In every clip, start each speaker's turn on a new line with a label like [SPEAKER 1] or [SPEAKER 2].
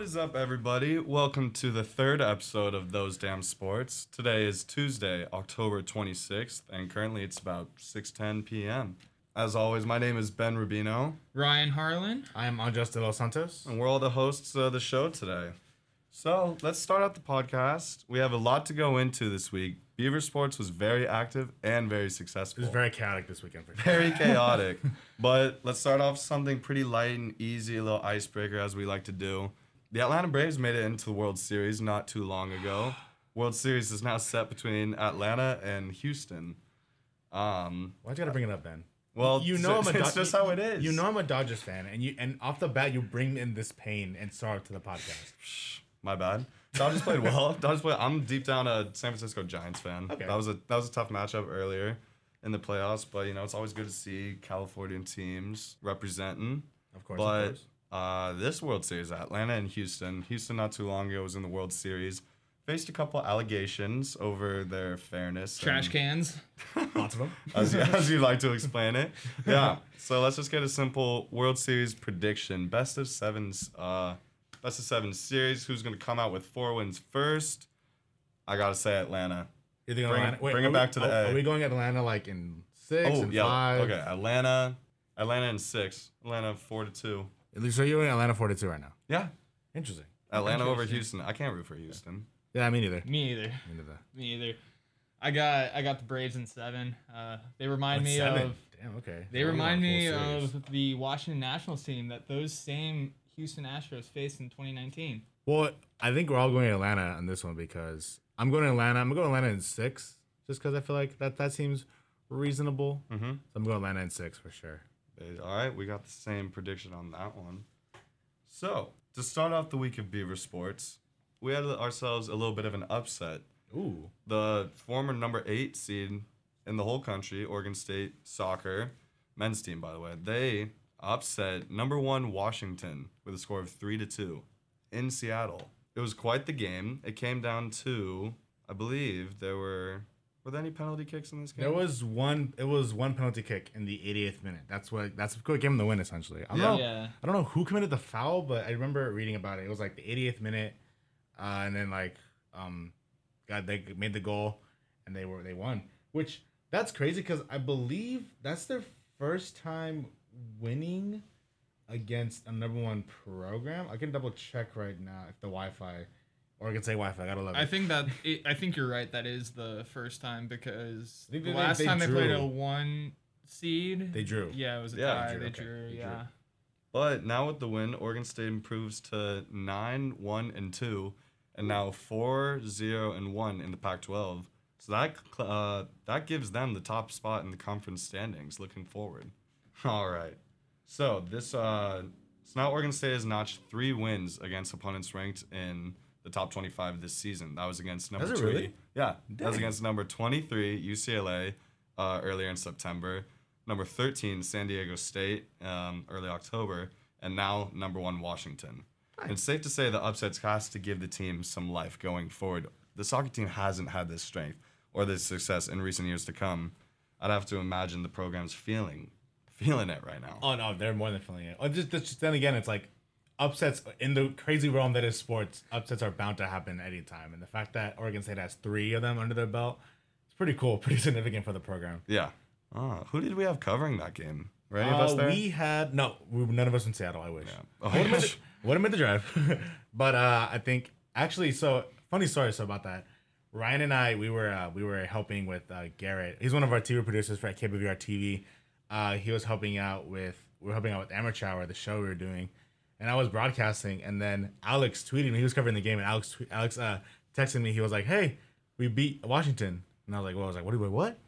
[SPEAKER 1] is up, everybody? Welcome to the third episode of Those Damn Sports. Today is Tuesday, October 26th, and currently it's about 6:10 p.m. As always, my name is Ben Rubino,
[SPEAKER 2] Ryan Harlan.
[SPEAKER 3] I am Andres de los Santos.
[SPEAKER 1] and we're all the hosts of the show today. So let's start out the podcast. We have a lot to go into this week. Beaver Sports was very active and very
[SPEAKER 3] It
[SPEAKER 1] successful.
[SPEAKER 3] was very chaotic this weekend for sure.
[SPEAKER 1] very chaotic. but let's start off something pretty light and easy, a little icebreaker as we like to do. The Atlanta Braves made it into the World Series not too long ago. World Series is now set between Atlanta and Houston. Um,
[SPEAKER 3] Why'd you gotta bring it up, Ben?
[SPEAKER 1] well,
[SPEAKER 3] You know I'm a
[SPEAKER 1] it's
[SPEAKER 3] Dod-
[SPEAKER 1] just how it is.
[SPEAKER 3] You know I'm a Dodgers fan, and you and off the bat you bring in this pain and sorrow to the podcast.
[SPEAKER 1] my bad. Dodgers played well. Dodgers played. I'm deep down a San Francisco Giants fan.
[SPEAKER 3] Okay.
[SPEAKER 1] That was a that was a tough matchup earlier in the playoffs, but you know it's always good to see Californian teams representing.
[SPEAKER 3] Of course, of
[SPEAKER 1] But
[SPEAKER 3] course.
[SPEAKER 1] uh, this World Series, Atlanta and Houston. Houston not too long ago was in the World Series. Faced a couple allegations over their fairness.
[SPEAKER 2] Trash
[SPEAKER 1] and-
[SPEAKER 2] cans.
[SPEAKER 3] lots of them.
[SPEAKER 1] As, as you like to explain it. Yeah. So let's just get a simple World Series prediction. Best of seven. Uh, best of seven series. Who's gonna come out with four wins first? I gotta say Atlanta.
[SPEAKER 3] You're thinking
[SPEAKER 1] Bring-
[SPEAKER 3] Atlanta.
[SPEAKER 1] bring it
[SPEAKER 3] are we-
[SPEAKER 1] back to the
[SPEAKER 3] are-
[SPEAKER 1] A.
[SPEAKER 3] Are we going Atlanta like in six
[SPEAKER 1] oh
[SPEAKER 3] and
[SPEAKER 1] yeah.
[SPEAKER 3] five?
[SPEAKER 1] Okay. Atlanta. Atlanta in six. Atlanta four to two.
[SPEAKER 3] At least so you're in Atlanta four to two right now.
[SPEAKER 1] Yeah.
[SPEAKER 3] Interesting.
[SPEAKER 1] Atlanta over
[SPEAKER 2] Interesting.
[SPEAKER 1] Houston. I can't root for Houston.
[SPEAKER 3] Yeah, me neither.
[SPEAKER 2] Me either.
[SPEAKER 3] Me neither.
[SPEAKER 2] Me either. I got I got the Braves in seven. Uh, they remind me
[SPEAKER 3] Seven.
[SPEAKER 2] of
[SPEAKER 3] Damn. Okay.
[SPEAKER 2] they remind me of the Washington Nationals team that those same Houston Astros faced in 2019.
[SPEAKER 3] Well, I think we're all going to Atlanta on this one because I'm going to Atlanta. I'm going to Atlanta in six, just because I feel like that that seems reasonable.
[SPEAKER 1] Mm-hmm.
[SPEAKER 3] So I'm going Atlanta in six for sure.
[SPEAKER 1] Is- All right, we got the same prediction on that one. So, to start off the week of Beaver Sports, we had ourselves a little bit of an upset.
[SPEAKER 3] Ooh.
[SPEAKER 1] The former number eight seed in the whole country, Oregon State soccer men's team, by the way, they upset number one Washington with a score of three to two in Seattle. It was quite the game. It came down to, I believe, there were were there any penalty kicks in this game?
[SPEAKER 3] There was one. It was one penalty kick in the 88th minute. That's what. That's what gave him the win essentially. I don't know.
[SPEAKER 2] Yeah.
[SPEAKER 3] I don't know who committed the foul, but I remember reading about it. It was like the 88th minute, uh, and then like, um, God, they made the goal, and they were they won. Which that's crazy because I believe that's their first time winning against a number one program. I can double check right now if the Wi-Fi, or I can say Wi-Fi. I gotta love it.
[SPEAKER 2] I think that it, I think you're right. That is the first time because
[SPEAKER 3] I think
[SPEAKER 2] the
[SPEAKER 3] they-
[SPEAKER 2] last
[SPEAKER 3] they
[SPEAKER 2] time they
[SPEAKER 3] drew.
[SPEAKER 2] played a one seed.
[SPEAKER 3] they drew.
[SPEAKER 2] yeah, it was a
[SPEAKER 1] Yeah,
[SPEAKER 2] tie.
[SPEAKER 1] they
[SPEAKER 2] They
[SPEAKER 3] drew,
[SPEAKER 2] drew.
[SPEAKER 3] okay. They drew.
[SPEAKER 2] yeah.
[SPEAKER 1] But now with the win, Oregon State improves to 9 1 and 2, and now 4 0 and 1 in the Pac 12. So that, cl- uh, that gives them the top spot in the conference standings looking forward. All right. So this uh, so now Oregon State has notched three wins against opponents ranked in the top 25 this season. That was against number
[SPEAKER 3] Does it
[SPEAKER 1] 20
[SPEAKER 3] really?
[SPEAKER 1] Yeah, that was
[SPEAKER 3] Dang.
[SPEAKER 1] against number 23 UCLA uh, earlier in September, number 13 San Diego State um, early October, and now number one Washington. And It's safe to say the upsets has to give the team some life going forward. The soccer team hasn't had this strength or this success in recent years to come. I'd have to imagine the program's feeling feeling it right now.
[SPEAKER 3] Oh no, they're more than feeling it. Oh, just, that's just then again, it's like upsets in the crazy realm that is sports. Upsets are bound to happen any time, and the fact that Oregon State has three of them under their belt, it's pretty cool, pretty significant for the program.
[SPEAKER 1] Yeah. Ah, who did we have covering that game? Were any of us
[SPEAKER 3] Uh,
[SPEAKER 1] there?
[SPEAKER 3] We had no, we, none of us in Seattle. I wish.
[SPEAKER 1] Yeah. Oh,
[SPEAKER 3] What would have made
[SPEAKER 1] gosh.
[SPEAKER 3] the- would have made the drive, but uh, I think actually, so funny story. So about that, Ryan and I, we were uh, we were helping with uh, Garrett. He's one of our TV producers for at KBVR TV. Uh, he was helping out with we were helping out with Amateur Hour, the show we were doing, and I was broadcasting. And then Alex tweeted me. He was covering the game, and Alex twe- Alex uh, texted me. He was like, "Hey, we beat Washington," and I was like, "Well, I was like, what do we what?"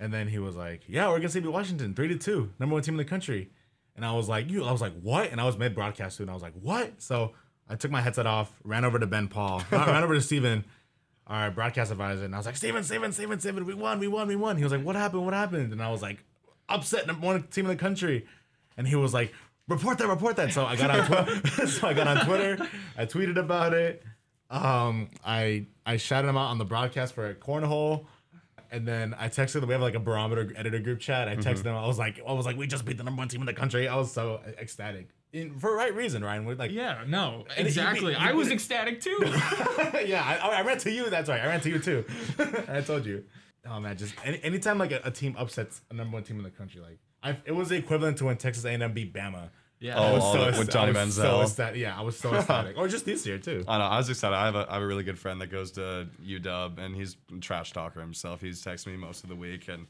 [SPEAKER 3] And then he was like, "Yeah, Oregon State beat Washington, three to two, number one team in the country." And I was like, "You?" I was like, "What?" And I was mid broadcast too, and I was like, "What?" So I took my headset off, ran over to Ben Paul, I ran over to Steven, our broadcast advisor, and I was like, "Steven, Steven, Steven, Steven, we won, we won, we won." He was like, "What happened? What happened?" And I was like, "Upset number one team in the country," and he was like, "Report that, report that." So I got on, tw- so I got on Twitter, I tweeted about it. Um, I I shouted him out on the broadcast for a cornhole. And then I texted them. We have like a
[SPEAKER 1] Mm-hmm.
[SPEAKER 3] barometer editor group chat. I texted them. I was like, I was like, we just beat the number one team in the country. I was so ecstatic. in, for the right reason, Ryan. We're like,
[SPEAKER 4] Yeah, no,
[SPEAKER 3] you
[SPEAKER 4] exactly.
[SPEAKER 3] mean-
[SPEAKER 4] I
[SPEAKER 3] you
[SPEAKER 4] was
[SPEAKER 3] mean-
[SPEAKER 4] ecstatic too.
[SPEAKER 3] yeah, I, I ran to you. That's right. I ran to you too. I told you. Oh man, just any, anytime like a, a team upsets a number one team in the country, like I, it was equivalent to when Texas A&M beat Bama.
[SPEAKER 4] Yeah.
[SPEAKER 3] I
[SPEAKER 1] Oh,
[SPEAKER 3] was
[SPEAKER 1] all that- with
[SPEAKER 3] ecsta-
[SPEAKER 1] Johnny
[SPEAKER 3] I was so
[SPEAKER 1] Manziel.
[SPEAKER 3] ecstatic. Yeah, I was so ecstatic. or just this year too.
[SPEAKER 1] I know. I was excited. I have a I have a really good friend that goes to UW, and he's a trash talker himself. He's texted me most of the week, and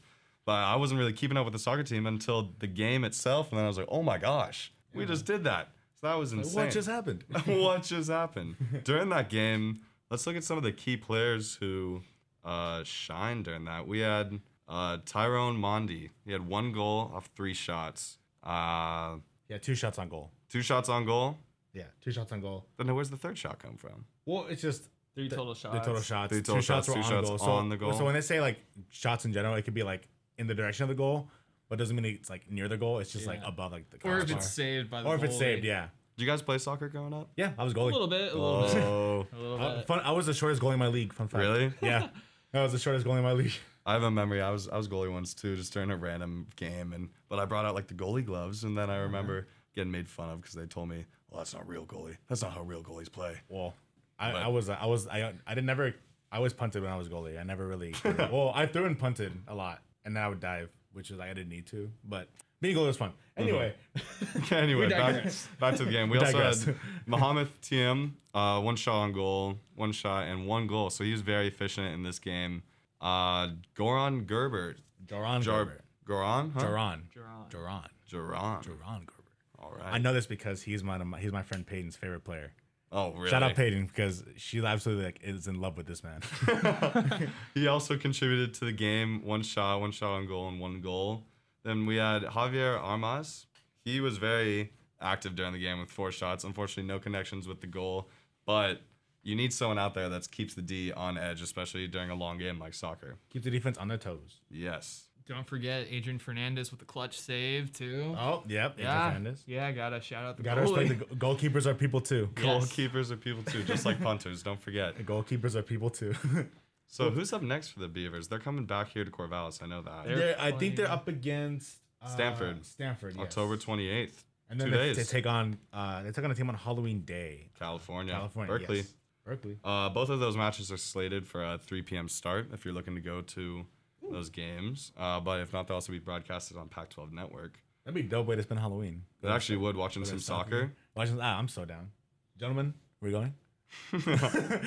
[SPEAKER 1] but I wasn't really keeping up with the soccer team until the game itself, and then I was like, oh my gosh, we just did that. So that was insane.
[SPEAKER 3] What just happened?
[SPEAKER 1] what just happened during that game? Let's look at some of the key players who uh, shined during that. We had uh, Tyrone Mondi. He had one goal off three shots. Uh,
[SPEAKER 3] yeah, two shots on goal.
[SPEAKER 1] two shots on goal.
[SPEAKER 3] Yeah, two shots on goal.
[SPEAKER 1] Then where's the third shot come from?
[SPEAKER 3] Well, it's just
[SPEAKER 4] Three
[SPEAKER 3] the-
[SPEAKER 4] total shots.
[SPEAKER 3] The total shots.
[SPEAKER 1] Three total
[SPEAKER 3] two
[SPEAKER 1] shots,
[SPEAKER 3] shots,
[SPEAKER 1] two
[SPEAKER 3] were on,
[SPEAKER 1] shots
[SPEAKER 3] goal. So,
[SPEAKER 1] on the goal.
[SPEAKER 3] So when they say like shots in general, it could be like in the direction of the goal, but doesn't mean it's like near the goal. It's just like
[SPEAKER 4] Yeah.
[SPEAKER 3] above like the
[SPEAKER 4] Or if
[SPEAKER 3] crossbar.
[SPEAKER 4] it's saved by the
[SPEAKER 3] or if it's
[SPEAKER 4] goalie.
[SPEAKER 3] saved, yeah,
[SPEAKER 1] Did you guys play soccer growing up?
[SPEAKER 3] yeah. I was
[SPEAKER 4] A
[SPEAKER 3] goalie.
[SPEAKER 4] little bit, a little bit,
[SPEAKER 1] Oh,
[SPEAKER 4] a little
[SPEAKER 3] Uh,
[SPEAKER 4] bit.
[SPEAKER 3] fun. I was the shortest goalie in my league. Fun fact.
[SPEAKER 1] really?
[SPEAKER 3] Yeah, that was the shortest goalie in my league.
[SPEAKER 1] I have a memory. I was I was goalie once too, just during a random game, and but I brought out like the goalie gloves, and then I remember getting made fun of because they told me, "Well, that's not real goalie. That's not how real goalies play."
[SPEAKER 3] Well, I,
[SPEAKER 1] But-
[SPEAKER 3] I was I was I I did never I always punted when I was goalie. I never really well I threw and punted a lot, and then I would dive, which is like I didn't need to, but being goalie was fun. Anyway,
[SPEAKER 1] Mm-hmm. anyway, back,
[SPEAKER 4] digress.
[SPEAKER 1] back to the game. We, also
[SPEAKER 3] digress.
[SPEAKER 1] had Mohamed TM, uh, one shot on goal, one shot and one goal. So he was very efficient in this game. Uh, Goran Gerber,
[SPEAKER 3] Jaron
[SPEAKER 1] Jar-
[SPEAKER 3] Gerber,
[SPEAKER 1] Goran, huh?
[SPEAKER 3] Jaron,
[SPEAKER 4] Jaron.
[SPEAKER 3] Jaron,
[SPEAKER 1] Jaron.
[SPEAKER 3] Jaron Gerber.
[SPEAKER 1] All
[SPEAKER 3] I
[SPEAKER 1] right.
[SPEAKER 3] know this because he's my he's my friend Peyton's favorite player.
[SPEAKER 1] Oh, really?
[SPEAKER 3] Shout out Peyton because she absolutely like is in love with this man.
[SPEAKER 1] He also contributed to the game one shot, one shot on goal, and one goal. Then we had Javier Armas. He was very active during the game with four shots. Unfortunately, no connections with the goal, but you need someone out there that keeps the D on edge, especially during a long game like soccer.
[SPEAKER 3] Keep the defense on their toes.
[SPEAKER 1] Yes.
[SPEAKER 4] Don't forget Adrian Fernandez with the clutch save too.
[SPEAKER 3] Oh, yep.
[SPEAKER 4] yeah,
[SPEAKER 3] Yeah. Fernandez.
[SPEAKER 4] yeah. Gotta shout out the
[SPEAKER 3] Gotta
[SPEAKER 4] goalie.
[SPEAKER 3] respect the go- goalkeepers are people too.
[SPEAKER 4] Yes.
[SPEAKER 1] Goalkeepers are people too, just like punters. Don't forget.
[SPEAKER 3] Goalkeepers are people too.
[SPEAKER 1] So who's up next for the Beavers? They're coming back here to Corvallis. I know that.
[SPEAKER 4] They're
[SPEAKER 3] They're- I think they're
[SPEAKER 4] playing-
[SPEAKER 3] up against uh,
[SPEAKER 1] Stanford.
[SPEAKER 3] Stanford. Yes.
[SPEAKER 1] October 28th,
[SPEAKER 3] And then
[SPEAKER 1] two
[SPEAKER 3] they,
[SPEAKER 1] days.
[SPEAKER 3] they take on uh, they take on a team on Halloween Day,
[SPEAKER 1] California,
[SPEAKER 3] California.
[SPEAKER 1] Berkeley.
[SPEAKER 3] yes. Berkeley.
[SPEAKER 1] Uh, both of those matches are slated for a 3 p.m. start if you're looking to go to those games. Uh, but if not, they'll also be broadcasted on Pac 12 Network.
[SPEAKER 3] That'd be a dope way to spend Halloween.
[SPEAKER 1] It actually would, watching
[SPEAKER 3] Go to
[SPEAKER 1] some soccer.
[SPEAKER 3] Watching, ah, I'm so down, gentlemen. We're going.
[SPEAKER 1] I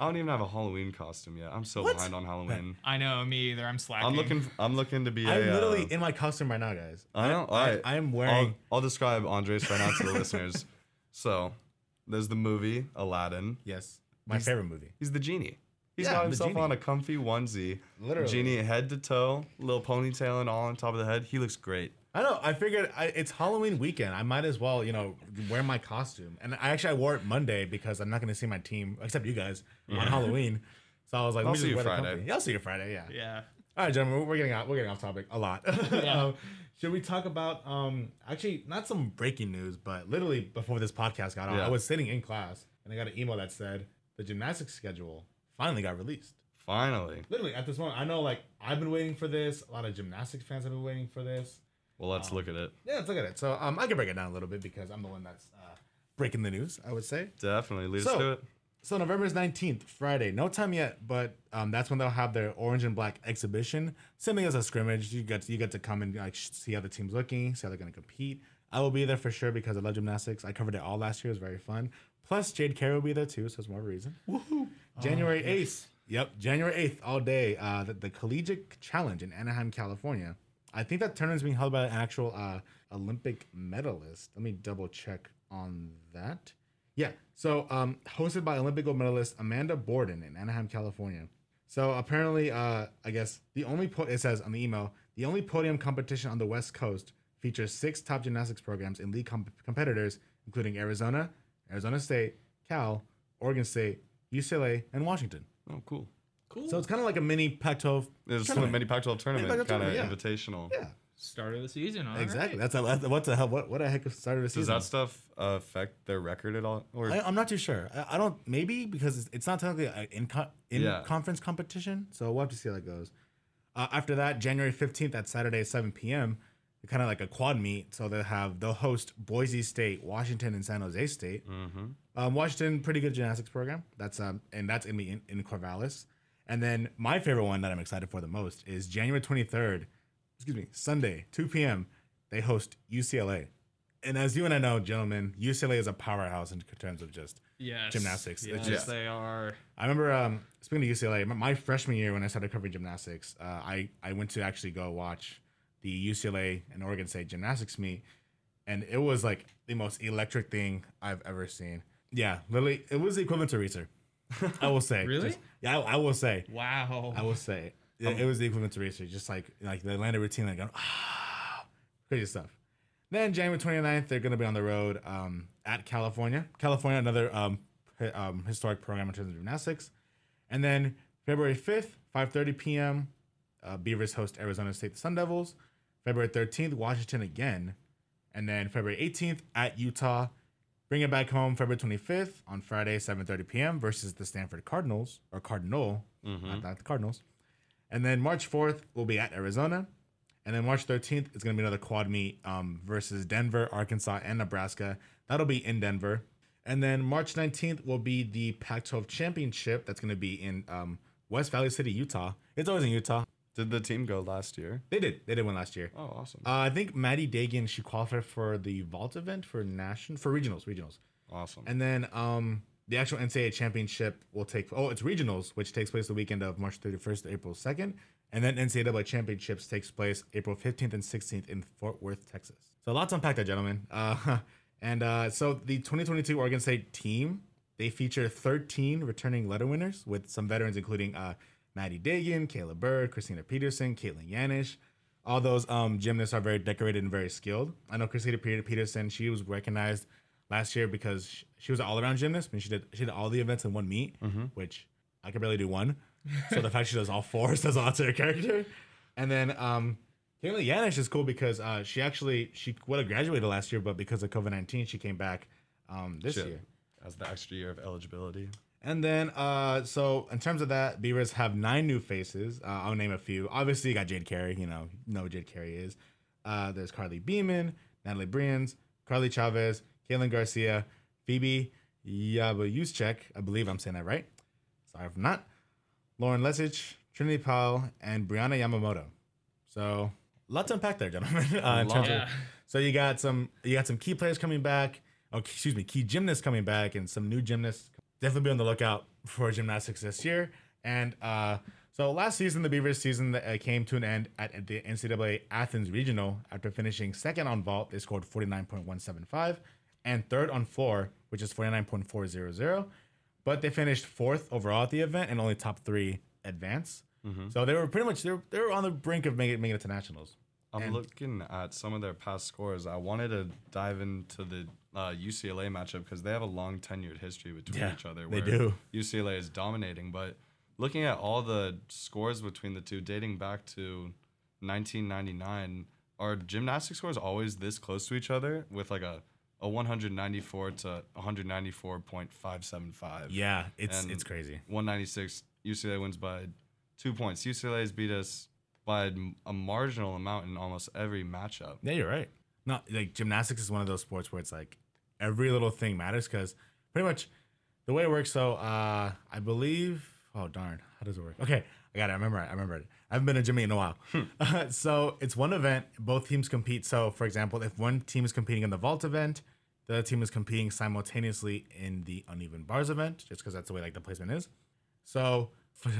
[SPEAKER 1] don't even have a Halloween costume yet. I'm so behind on Halloween.
[SPEAKER 4] I know me either. I'm slacking.
[SPEAKER 1] I'm looking. I'm looking to be.
[SPEAKER 3] I'm
[SPEAKER 1] a,
[SPEAKER 3] literally
[SPEAKER 1] uh,
[SPEAKER 3] in my costume right now, guys.
[SPEAKER 1] I know. All right.
[SPEAKER 3] I am
[SPEAKER 1] I'll,
[SPEAKER 3] wearing.
[SPEAKER 1] I'll describe Andres right now to the listeners. So, there's the movie Aladdin.
[SPEAKER 3] yes, my favorite movie.
[SPEAKER 1] He's the genie. He's
[SPEAKER 3] Yeah,
[SPEAKER 1] got
[SPEAKER 3] the
[SPEAKER 1] himself
[SPEAKER 3] genie.
[SPEAKER 1] on a comfy onesie.
[SPEAKER 3] Literally.
[SPEAKER 1] Genie head to toe, little ponytail and all on top of the head. He looks great.
[SPEAKER 3] I know. I figured I, it's Halloween weekend. I might as well, you know, wear my costume. And I actually I wore it Monday because I'm not going to see my team except you guys on Halloween. So I was like,
[SPEAKER 1] I'll
[SPEAKER 3] let me
[SPEAKER 1] see you
[SPEAKER 3] wear the
[SPEAKER 1] Friday.
[SPEAKER 3] company. Yeah, I'll see you Friday. Yeah.
[SPEAKER 4] Yeah.
[SPEAKER 3] All right, gentlemen, we're getting out. We're getting off topic a lot.
[SPEAKER 4] Yeah.
[SPEAKER 3] um, should we talk about um actually not some breaking news, but literally before this podcast got on,
[SPEAKER 1] Yeah.
[SPEAKER 3] I was sitting in class and I got an email that said the gymnastics schedule finally got released.
[SPEAKER 1] Finally.
[SPEAKER 3] Literally at this moment, I know like I've been waiting for this. A lot of gymnastics fans have been waiting for this.
[SPEAKER 1] Well, let's look at it.
[SPEAKER 3] Yeah, let's look at it. So um, I can break it down a little bit because I'm the one that's uh, breaking the news. I would say.
[SPEAKER 1] Definitely. Lead us
[SPEAKER 3] So-
[SPEAKER 1] to it.
[SPEAKER 3] So November's nineteenth, Friday. No time yet, but um, that's when they'll have their orange and black exhibition. Same thing as a scrimmage. You get you get to come and like sh- see how the team's looking, see how they're gonna compete. I will be there for sure because I love gymnastics. I covered it all last year. It was very fun. Plus Jade Carey will be there too, so it's more of a reason. Woohoo! January eighth. Yep, January eighth, all day. Uh, the, the Collegiate Challenge in Anaheim, California. I think that tournament's being held by an actual uh, Olympic medalist. Let me double check on that. Yeah. So, um, hosted by Olympic gold medalist Amanda Borden in Anaheim, California. So apparently, uh, I guess the only po- it says on the email the only podium competition on the West Coast features six top gymnastics programs and league com- competitors, including Arizona, Arizona State, Cal, Oregon State, UCLA, and Washington.
[SPEAKER 1] Oh, cool.
[SPEAKER 4] Cool.
[SPEAKER 3] So it's kind of like a mini Pac-12.
[SPEAKER 1] It's just a
[SPEAKER 3] Tournament.
[SPEAKER 1] mini Pac-12 tournament,
[SPEAKER 3] Pac-12
[SPEAKER 1] kind of
[SPEAKER 3] tournament,
[SPEAKER 1] invitational.
[SPEAKER 3] Yeah,
[SPEAKER 4] start of the season. all
[SPEAKER 3] exactly.
[SPEAKER 4] right.
[SPEAKER 3] That's a that's a- what the hell? What what a heck of start of a
[SPEAKER 1] Does
[SPEAKER 3] season.
[SPEAKER 1] that stuff affect their record at all? Or
[SPEAKER 3] I, I'm not too sure. I, I don't maybe because it's, it's not technically an in, co- in
[SPEAKER 1] Yeah.
[SPEAKER 3] conference competition, so we'll have to see how that goes. Uh, after that, January 15th at Saturday 7 p.m. kind of like a quad meet. So they'll have they'll host Boise State, Washington, and San Jose State.
[SPEAKER 1] Mm-hmm.
[SPEAKER 3] Um, Washington, pretty good gymnastics program. That's um, and that's gonna be in, in Corvallis. And then my favorite one that I'm excited for the most is January 23rd, excuse me, Sunday, 2 p.m. They host UCLA. And as you and I know, gentlemen, UCLA is a powerhouse in terms of just.
[SPEAKER 4] Yes.
[SPEAKER 3] Gymnastics. It's
[SPEAKER 4] Yes,
[SPEAKER 1] just-
[SPEAKER 4] they are.
[SPEAKER 3] I remember um, speaking to UCLA. My, my freshman year when I started covering gymnastics, uh, I I went to actually go watch the UCLA and Oregon State gymnastics meet, and it was like the most electric thing I've ever seen. Yeah, literally, it was the equivalent to Reeser. I will say.
[SPEAKER 4] Really?
[SPEAKER 3] Just- yeah, I, I will say.
[SPEAKER 4] Wow.
[SPEAKER 3] I will say. Yeah, it was the equivalent to research, just like like the Atlanta routine, like going, ah, crazy stuff. Then January 29th, they're going to be on the road um, at California. California, another um, hi- um, historic program in terms of gymnastics. And then February 5th, 5.30 p.m., uh, Beavers host Arizona State Sun Devils. February 13th, Washington again. And then February 18th at Utah. Bring it back home February 25th on Friday, 7.30 p.m. versus the Stanford Cardinals, or Cardinal, not, not the Cardinals. And then March 4th will be at Arizona. And then March 13th is going to be another quad meet um, versus Denver, Arkansas, and Nebraska. That'll be in Denver. And then March 19th will be the Pac 12 championship. That's going to be in um, West Valley City, Utah. It's always in Utah.
[SPEAKER 1] Did the team go last year?
[SPEAKER 3] They did. They did one last year.
[SPEAKER 1] Oh, awesome.
[SPEAKER 3] Uh, I think Maddie Dagan, she qualified for the vault event for national, for regionals, regionals.
[SPEAKER 1] awesome.
[SPEAKER 3] And then um, the actual NCAA championship will take. Oh, it's regionals, which takes place the weekend of March 31st to April 2nd, and then NCAA championships takes place April 15th and 16th in Fort Worth, Texas. So lots to unpack there, gentlemen. Uh, and uh, so the 2022 Oregon State team they feature 13 returning letter winners with some veterans including uh, Maddie Dagan, Kayla Bird, Christina Peterson, Caitlin Yanish. All those um, gymnasts are very decorated and very skilled. I know Christina Peter- Peterson. She was recognized last year because sh- she was an all-around gymnast. I mean, she did she did all the events in one meet, which I could barely do one. So the fact she does all four says a lot to her character. And then um, Caitlin Yanish is cool because uh, she actually she would have graduated last year, but because of COVID nineteen, she came back um, this
[SPEAKER 1] Shit.
[SPEAKER 3] year.
[SPEAKER 1] As the extra year of eligibility.
[SPEAKER 3] And then, uh, so in terms of that, Beavers have nine new faces. Uh, I'll name a few. Obviously, you got Jade Carey. You know, you know who Jade Carey is. Uh, there's Carly Beeman, Natalie Brians, Carly Chavez, Kaylin Garcia, Phoebe Yabuschek. I believe I'm saying that right. Sorry if I'm not. Lauren Lesich, Trinity Powell, and Brianna Yamamoto. So, lots to unpack there, gentlemen. Uh, in terms of
[SPEAKER 4] yeah.
[SPEAKER 3] so you got some you got some key players coming back. Oh, excuse me, key gymnasts coming back, and some new gymnasts. Definitely be on the lookout for gymnastics this year. And uh, so last season, the Beavers' season uh, came to an end at, at the NCAA Athens Regional after finishing second on vault. They scored forty nine point one seven five, and third on floor, which is forty nine point four zero zero. But they finished fourth overall at the event and only top three advance. So they were pretty much they were, they were on the brink of making, making it to nationals.
[SPEAKER 1] I'm
[SPEAKER 3] And-
[SPEAKER 1] looking at some of their past scores. I wanted to dive into the uh, UCLA matchup because they have a long tenured history between
[SPEAKER 3] Yeah,
[SPEAKER 1] each other.
[SPEAKER 3] they do.
[SPEAKER 1] UCLA is dominating, but looking at all the scores between the two, dating back to 1999, are gymnastics scores always this close to each other with like a, a 194 to 194.575?
[SPEAKER 3] Yeah, it's
[SPEAKER 1] And-
[SPEAKER 3] it's crazy.
[SPEAKER 1] 196. UCLA wins by two points. UCLA has beat us by m- a marginal amount in almost every matchup.
[SPEAKER 3] Yeah, you're right. No, like gymnastics is one of those sports where it's like every little thing matters because pretty much the way it works. So uh, I believe. Oh darn, how does it work? Okay, I got it. I remember it. I remember it. I haven't been to Jimmy in a while. so it's one event. Both teams compete. So for example, if one team is competing in the vault event, the other team is competing simultaneously in the uneven bars event, just because that's the way like the placement is. So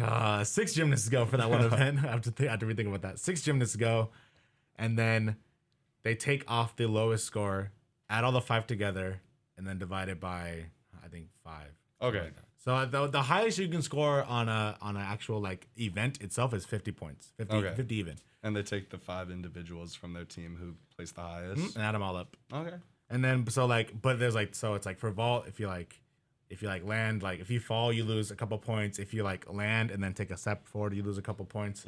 [SPEAKER 3] uh, six gymnasts go for that one event. I have to think, I have to rethink about that. Six gymnasts go, and then they take off the lowest score, add all the five together, and then divide it by I think five.
[SPEAKER 1] Okay.
[SPEAKER 3] So uh, the, the highest you can score on a on an actual like event itself is fifty points, 50,
[SPEAKER 1] Okay.
[SPEAKER 3] 50 even,
[SPEAKER 1] And they take the five individuals from their team who placed the highest.
[SPEAKER 3] and add them all up.
[SPEAKER 1] Hmm? Okay.
[SPEAKER 3] And then so like, but there's like so it's like for vault if you like, if you like land like if you fall you lose a couple points. If you like land and then take a step forward you lose a couple points.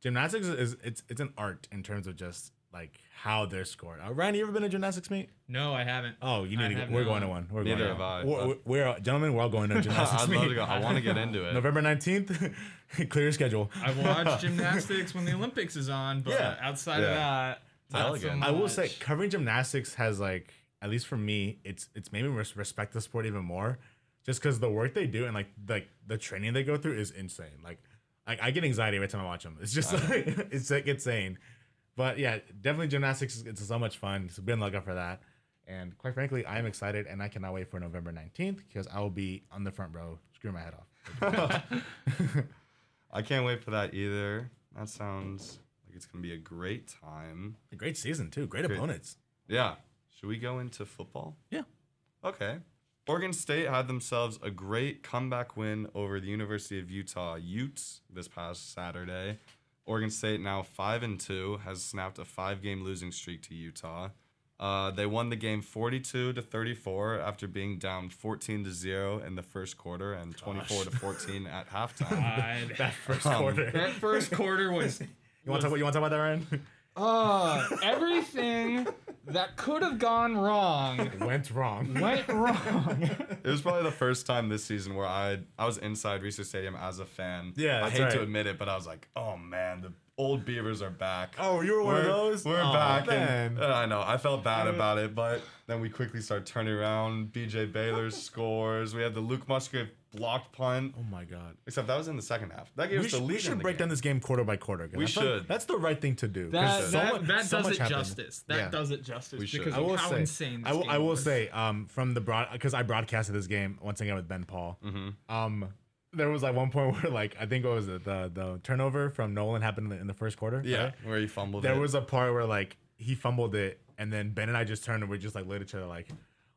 [SPEAKER 3] Gymnastics is it's it's an art in terms of just like how they're scored. Uh, Ryan, you ever been to gymnastics meet?
[SPEAKER 4] No, I haven't.
[SPEAKER 3] Oh, you need
[SPEAKER 4] I
[SPEAKER 3] to. Go.
[SPEAKER 4] have
[SPEAKER 3] We're
[SPEAKER 4] not.
[SPEAKER 3] going to one. We're
[SPEAKER 1] Neither
[SPEAKER 3] going
[SPEAKER 1] have
[SPEAKER 3] to
[SPEAKER 1] I,
[SPEAKER 3] one. We're,
[SPEAKER 1] but-
[SPEAKER 3] we're- we're- gentlemen. We're all going to gymnastics.
[SPEAKER 1] I'd love
[SPEAKER 3] meet.
[SPEAKER 1] to go. I want to get into it.
[SPEAKER 3] November nineteenth. Clear your schedule.
[SPEAKER 4] I watch gymnastics when the Olympics is on, but
[SPEAKER 3] Yeah.
[SPEAKER 4] outside
[SPEAKER 1] Yeah.
[SPEAKER 4] of that,
[SPEAKER 1] the hell
[SPEAKER 2] That's
[SPEAKER 1] again.
[SPEAKER 2] a-
[SPEAKER 3] I will
[SPEAKER 2] much.
[SPEAKER 3] say covering gymnastics has like at least for me it's it's made me res- respect the sport even more just because the work they do and like like the training they go through is insane like I, I get anxiety every time I watch them it's just like it's like insane but yeah definitely gymnastics is- it's so much fun so be on the lookout for that and quite frankly I'm excited and I cannot wait for November 19th because I will be on the front row screwing my head off
[SPEAKER 1] I can't wait for that either. That sounds like it's gonna be a great time.
[SPEAKER 3] A great season too great
[SPEAKER 1] Great.
[SPEAKER 3] opponents
[SPEAKER 1] Yeah. Should we go into football?
[SPEAKER 3] Yeah.
[SPEAKER 1] Okay. Oregon State had themselves a great comeback win over the University of Utah Utes this past Saturday. Oregon State now five and two has snapped a five game losing streak to Utah. Uh, they won the game 42 to 34 after being down 14 to 0 in the first quarter and 24 to 14 at halftime.
[SPEAKER 2] God.
[SPEAKER 3] that first
[SPEAKER 1] Um,
[SPEAKER 3] quarter
[SPEAKER 4] That first quarter was
[SPEAKER 3] you want to talk you want to talk about that Ryan
[SPEAKER 2] Uh, everything that could have gone wrong
[SPEAKER 3] went wrong
[SPEAKER 2] went wrong.
[SPEAKER 1] It was probably the first time this season where I I was inside Research Stadium as a fan.
[SPEAKER 3] Yeah,
[SPEAKER 1] I
[SPEAKER 3] that's
[SPEAKER 1] hate to
[SPEAKER 3] right.
[SPEAKER 1] admit it, but I was like, oh man, the old Beavers are back.
[SPEAKER 3] Oh, you were one of
[SPEAKER 1] We're-
[SPEAKER 3] those.
[SPEAKER 1] We're
[SPEAKER 3] Aw,
[SPEAKER 1] back. And,
[SPEAKER 3] man.
[SPEAKER 1] uh, I know. I felt bad about it, but then we quickly start turning around. BJ Baylor scores. We had the Luke Musgrave blocked punt.
[SPEAKER 3] oh my god.
[SPEAKER 1] Except that was in the second half. That gave
[SPEAKER 3] We
[SPEAKER 1] us the
[SPEAKER 3] should,
[SPEAKER 1] lead.
[SPEAKER 3] we
[SPEAKER 1] in
[SPEAKER 3] should
[SPEAKER 1] the
[SPEAKER 3] break
[SPEAKER 1] game.
[SPEAKER 3] down this game quarter by quarter. guys.
[SPEAKER 1] We
[SPEAKER 3] I feel
[SPEAKER 1] should.
[SPEAKER 3] That's the right thing to do. 'cause
[SPEAKER 2] That-
[SPEAKER 3] so
[SPEAKER 4] that,
[SPEAKER 3] mu-
[SPEAKER 4] that
[SPEAKER 3] so
[SPEAKER 4] does
[SPEAKER 3] much
[SPEAKER 4] it
[SPEAKER 3] happened.
[SPEAKER 4] justice. That
[SPEAKER 3] Yeah.
[SPEAKER 4] does it justice
[SPEAKER 1] We should.
[SPEAKER 4] because
[SPEAKER 1] I
[SPEAKER 3] I
[SPEAKER 4] of
[SPEAKER 3] will
[SPEAKER 4] how
[SPEAKER 3] say.
[SPEAKER 4] insane this
[SPEAKER 3] I will,
[SPEAKER 4] game
[SPEAKER 3] I will
[SPEAKER 4] was.
[SPEAKER 3] say um, from the broad because I broadcasted this game once again with Ben Paul.
[SPEAKER 4] Mm-hmm.
[SPEAKER 3] Um, there was like one point where like I think what was it the the turnover from Nolan happened in the, in the first quarter.
[SPEAKER 1] Yeah,
[SPEAKER 3] right?
[SPEAKER 1] where he fumbled.
[SPEAKER 3] There
[SPEAKER 1] it.
[SPEAKER 3] was a part where like he fumbled it, and then Ben and I just turned and we just like looked at each other like,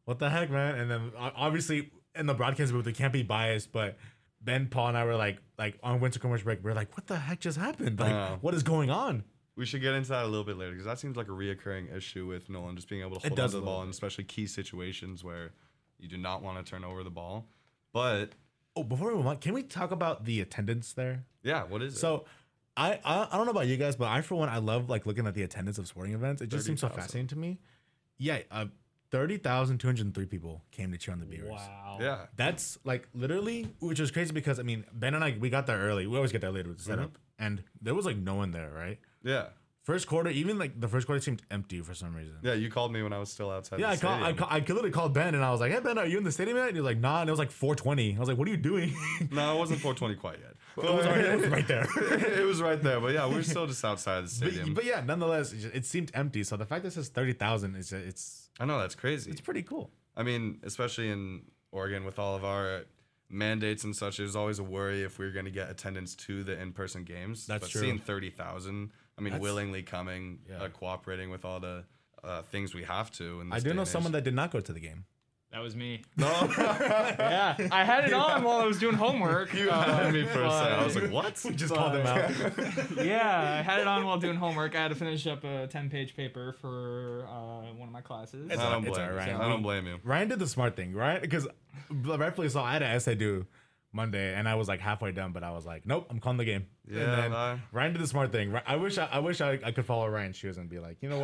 [SPEAKER 3] "What the heck, man?" And then o- obviously in the broadcast booth, we can't be biased, but Ben, Paul, and I were like, like on winter commercial break, we are like, "What the heck just happened? Like,
[SPEAKER 1] know.
[SPEAKER 3] what is going on?"
[SPEAKER 1] We should get into that a little bit later because that seems like a reoccurring issue with Nolan just being able to
[SPEAKER 3] It
[SPEAKER 1] hold on
[SPEAKER 3] does
[SPEAKER 1] to
[SPEAKER 3] a
[SPEAKER 1] the
[SPEAKER 3] little
[SPEAKER 1] ball in
[SPEAKER 3] bit.
[SPEAKER 1] especially key situations where you do not want to turn over the ball. But
[SPEAKER 3] Oh, before we move on, can we talk about the attendance there?
[SPEAKER 1] yeah, what is it?
[SPEAKER 3] So. I, I, I don't know about you guys, but I for one I love like looking at the attendance of sporting events. It just seems so
[SPEAKER 1] 30,000.
[SPEAKER 3] fascinating to me. Yeah, uh, thirty thousand two hundred three people came to cheer on the Beavers.
[SPEAKER 2] Wow.
[SPEAKER 1] Yeah,
[SPEAKER 3] That's like literally, which is crazy because I mean, Ben and I we got there early. We always get there late with the setup,
[SPEAKER 1] Mm-hmm.
[SPEAKER 3] and there was like no one there, right?
[SPEAKER 1] yeah,
[SPEAKER 3] First quarter, even like the first quarter seemed empty for some reason.
[SPEAKER 1] yeah. You called me when I was still outside.
[SPEAKER 3] Yeah,
[SPEAKER 1] the
[SPEAKER 3] I call, I
[SPEAKER 1] stadium.
[SPEAKER 3] call, I literally called Ben and I was like, "Hey Ben, are you in the stadium yet?" And he was like, "Nah." And it was like 4:20. I was like, "What are you doing?" it
[SPEAKER 1] No, it wasn't 420 quite yet. But
[SPEAKER 3] was already it was right there.
[SPEAKER 1] it was right there. But yeah, we're still just outside the stadium.
[SPEAKER 3] but, but yeah, nonetheless, it, just- it seemed empty. So the fact that it says thirty thousand is it's
[SPEAKER 1] I know that's crazy.
[SPEAKER 3] it's pretty cool.
[SPEAKER 1] I mean, especially in Oregon with all of our mandates and such, there's always a worry if we're going to get attendance to the in-person games.
[SPEAKER 3] That's
[SPEAKER 1] but
[SPEAKER 3] true.
[SPEAKER 1] Seeing thirty thousand, I mean,
[SPEAKER 3] That's-
[SPEAKER 1] willingly coming,
[SPEAKER 3] Yeah.
[SPEAKER 1] uh, cooperating with all the uh, things we have to. In
[SPEAKER 3] I
[SPEAKER 1] this
[SPEAKER 3] do
[SPEAKER 1] day
[SPEAKER 3] know
[SPEAKER 1] and
[SPEAKER 3] someone
[SPEAKER 1] age.
[SPEAKER 3] that did not go to the game.
[SPEAKER 4] That was me.
[SPEAKER 2] Yeah. I had it on while I was doing homework. Uh,
[SPEAKER 1] you had me for a second. I was like, what?
[SPEAKER 3] We just called them out.
[SPEAKER 2] yeah, I had it on while doing homework. I had to finish up a 10 page paper for uh, one of my classes.
[SPEAKER 1] I don't
[SPEAKER 3] It's
[SPEAKER 1] blame.
[SPEAKER 3] alright.
[SPEAKER 1] you. I don't blame you.
[SPEAKER 3] Ryan did the smart thing, right? Because rightfully so, I had an essay due Monday, and I was like halfway done, but I was like, nope, I'm calling the game.
[SPEAKER 1] Yeah, uh,
[SPEAKER 3] and then
[SPEAKER 1] I-
[SPEAKER 3] Ryan did the smart thing. Ri- I wish I, I wish I, I could follow Ryan's shoes and be like, you know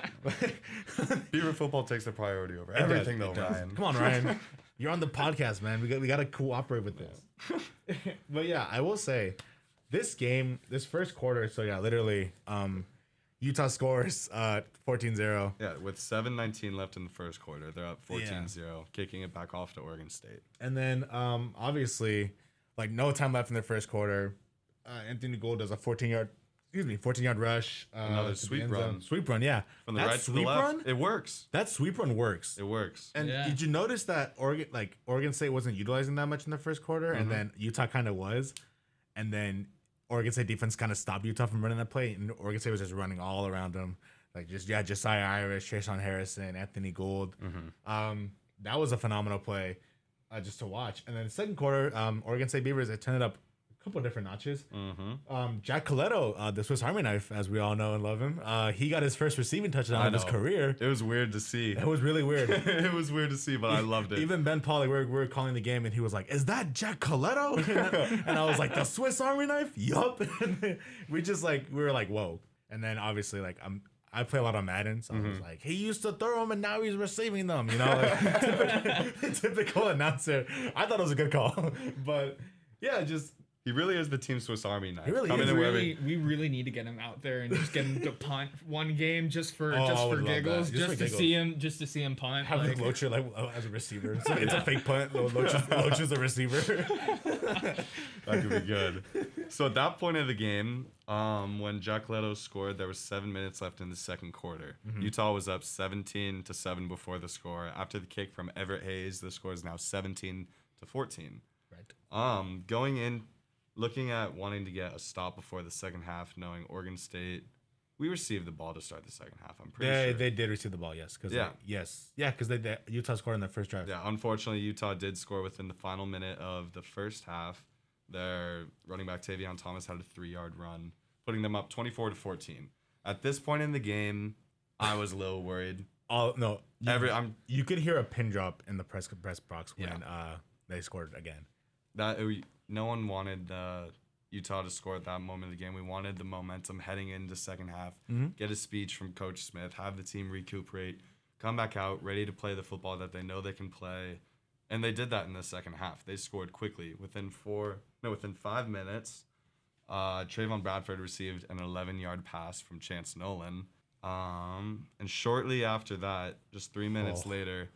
[SPEAKER 3] what?
[SPEAKER 1] Beaver football takes the priority over
[SPEAKER 3] It does,
[SPEAKER 1] everything,
[SPEAKER 3] it
[SPEAKER 1] though,
[SPEAKER 3] does.
[SPEAKER 1] Ryan.
[SPEAKER 3] Come on, Ryan. You're on the podcast, man. We got we got to cooperate with this. but yeah, I will say, this game, this first quarter. So yeah, literally, um, Utah scores uh 14-0.
[SPEAKER 1] Yeah, with 7.19 left in the first quarter, they're up 14
[SPEAKER 3] Yeah.
[SPEAKER 1] 0, kicking it back off to Oregon State.
[SPEAKER 3] And then um, obviously, like no time left in the first quarter. Uh, Anthony Gold does a 14 yard, excuse me, 14 yard rush. Uh,
[SPEAKER 1] Another
[SPEAKER 3] to the
[SPEAKER 1] sweep
[SPEAKER 3] end zone.
[SPEAKER 1] run.
[SPEAKER 3] Sweep run, yeah.
[SPEAKER 1] From the
[SPEAKER 3] that
[SPEAKER 1] right to the
[SPEAKER 3] sweep
[SPEAKER 1] left,
[SPEAKER 3] run,
[SPEAKER 1] it works.
[SPEAKER 3] that sweep run works.
[SPEAKER 1] It works.
[SPEAKER 3] And
[SPEAKER 4] Yeah.
[SPEAKER 3] did you notice that Oregon, like Oregon State, wasn't utilizing that much in the first quarter,
[SPEAKER 1] Mm-hmm.
[SPEAKER 3] and then Utah kind of was, and then Oregon State defense kind of stopped Utah from running that play, and Oregon State was just running all around them, like just yeah, Josiah Irish, Trayshawn Harrison, Anthony Gold. Um, that was a phenomenal play, uh, just to watch. And then second quarter, um, Oregon State Beavers they turned it up a couple different notches.
[SPEAKER 1] mm-hmm.
[SPEAKER 3] Um, Jack Coletto, uh, the Swiss Army knife, as we all know and love him, uh, he got his first receiving touchdown
[SPEAKER 1] I
[SPEAKER 3] of his
[SPEAKER 1] know.
[SPEAKER 3] career.
[SPEAKER 1] It was weird to see.
[SPEAKER 3] That was really weird.
[SPEAKER 1] it was weird to see, but I loved it.
[SPEAKER 3] Even Ben Polly, we were, we were calling the game, and he was like, "Is that Jack Coletto?" and I was like, "The Swiss Army knife." Yup. And we just like we were like, "Whoa!" And then obviously, like I'm, I play a lot of Madden, so
[SPEAKER 1] Mm-hmm.
[SPEAKER 3] I was like, "He used to throw them, and now he's receiving them." You know, like, typical, typical announcer. I thought it was a good call, but yeah, just
[SPEAKER 1] He really is the team Swiss Army knife.
[SPEAKER 3] He really
[SPEAKER 1] Coming
[SPEAKER 3] is.
[SPEAKER 1] in with every-
[SPEAKER 2] Really, we really need to get him out there and just get him to punt one game just for
[SPEAKER 3] Oh, I
[SPEAKER 2] just
[SPEAKER 3] would
[SPEAKER 2] for
[SPEAKER 3] love that.
[SPEAKER 2] giggles,
[SPEAKER 3] Just
[SPEAKER 2] just,
[SPEAKER 3] for
[SPEAKER 2] to
[SPEAKER 3] giggles.
[SPEAKER 2] see him, just to see him punt.
[SPEAKER 3] Have like,
[SPEAKER 2] like-
[SPEAKER 3] Locher like uh, as a receiver. It's a, it's a fake punt. Lo- Locher's, Locher's a receiver.
[SPEAKER 1] That could be good. so at that point of the game, um, when Jack Leto scored, there was seven minutes left in the second quarter.
[SPEAKER 3] Mm-hmm.
[SPEAKER 1] Utah was up 17 to seven before the score. After the kick from Everett Hayes, the score is now 17 to 14.
[SPEAKER 3] Right.
[SPEAKER 1] Um, going in, looking at wanting to get a stop before the second half, knowing Oregon State, we received the ball to start the second half. I'm pretty
[SPEAKER 3] They,
[SPEAKER 1] sure.
[SPEAKER 3] they did receive the ball, yes. Cause
[SPEAKER 1] Yeah.
[SPEAKER 3] they- yes. Yeah, because they, they Utah scored on their first drive.
[SPEAKER 1] Yeah, unfortunately, Utah did score within the final minute of the first half. Their running back Tavion Thomas had a three-yard run, putting them up 24 to 14. At this point in the game, I was a little worried.
[SPEAKER 3] All no. You,
[SPEAKER 1] Every I'm
[SPEAKER 3] you could hear a pin drop in the press press box when
[SPEAKER 1] Yeah.
[SPEAKER 3] uh they scored again.
[SPEAKER 1] that we- no one wanted uh, Utah to score at that moment of the game. We wanted the momentum heading into second half. Get a speech from Coach Smith. Have the team recuperate. Come back out ready to play the football that they know they can play, and they did that in the second half. They scored quickly within four no within five minutes. Uh, Trayvon Bradford received an 11 yard pass from Chance Nolan. Um, and shortly after that, just three minutes
[SPEAKER 3] Oh.
[SPEAKER 1] later,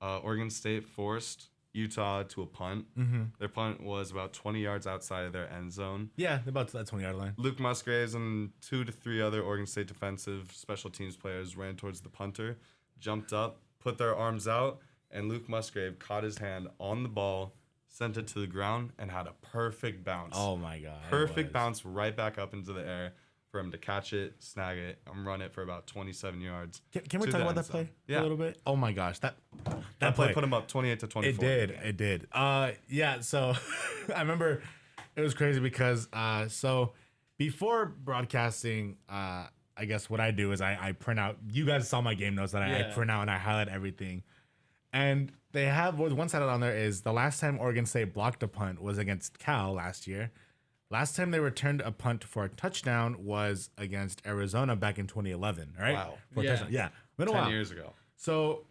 [SPEAKER 1] uh, Oregon State forced Utah to a punt.
[SPEAKER 3] Mm-hmm.
[SPEAKER 1] Their punt was about 20 yards outside of their end zone.
[SPEAKER 3] Yeah, about to that twenty yard line.
[SPEAKER 1] Luke Musgraves and two to three other Oregon State defensive special teams players ran towards the punter, jumped up, put their arms out, and Luke Musgrave caught his hand on the ball, sent it to the ground, and had a perfect bounce
[SPEAKER 3] Oh my god. it
[SPEAKER 1] perfect
[SPEAKER 3] was.
[SPEAKER 1] bounce right back up into the air for him to catch it, snag it, and run it for about 27 yards.
[SPEAKER 3] Can, can we
[SPEAKER 1] to
[SPEAKER 3] talk
[SPEAKER 1] the
[SPEAKER 3] about
[SPEAKER 1] end
[SPEAKER 3] that
[SPEAKER 1] zone.
[SPEAKER 3] play
[SPEAKER 1] Yeah,
[SPEAKER 3] a little bit? Oh my gosh, that that,
[SPEAKER 1] that play put him up 28 to 24.
[SPEAKER 3] It did. It did. Uh, yeah. So I remember it was crazy because uh, so before broadcasting, uh, I guess what I do is I, I print out. You guys saw my game notes that I, I
[SPEAKER 2] Yeah.
[SPEAKER 3] print out and I highlight everything. And they have well, one side on there is the last time Oregon State blocked a punt was against Cal last year. Last time they returned a punt for a touchdown was against Arizona back in 2011. All right.
[SPEAKER 1] Wow.
[SPEAKER 3] For a
[SPEAKER 2] Yeah.
[SPEAKER 3] touchdown. Yeah. Been a
[SPEAKER 1] 10
[SPEAKER 3] while.
[SPEAKER 1] years ago.
[SPEAKER 3] So,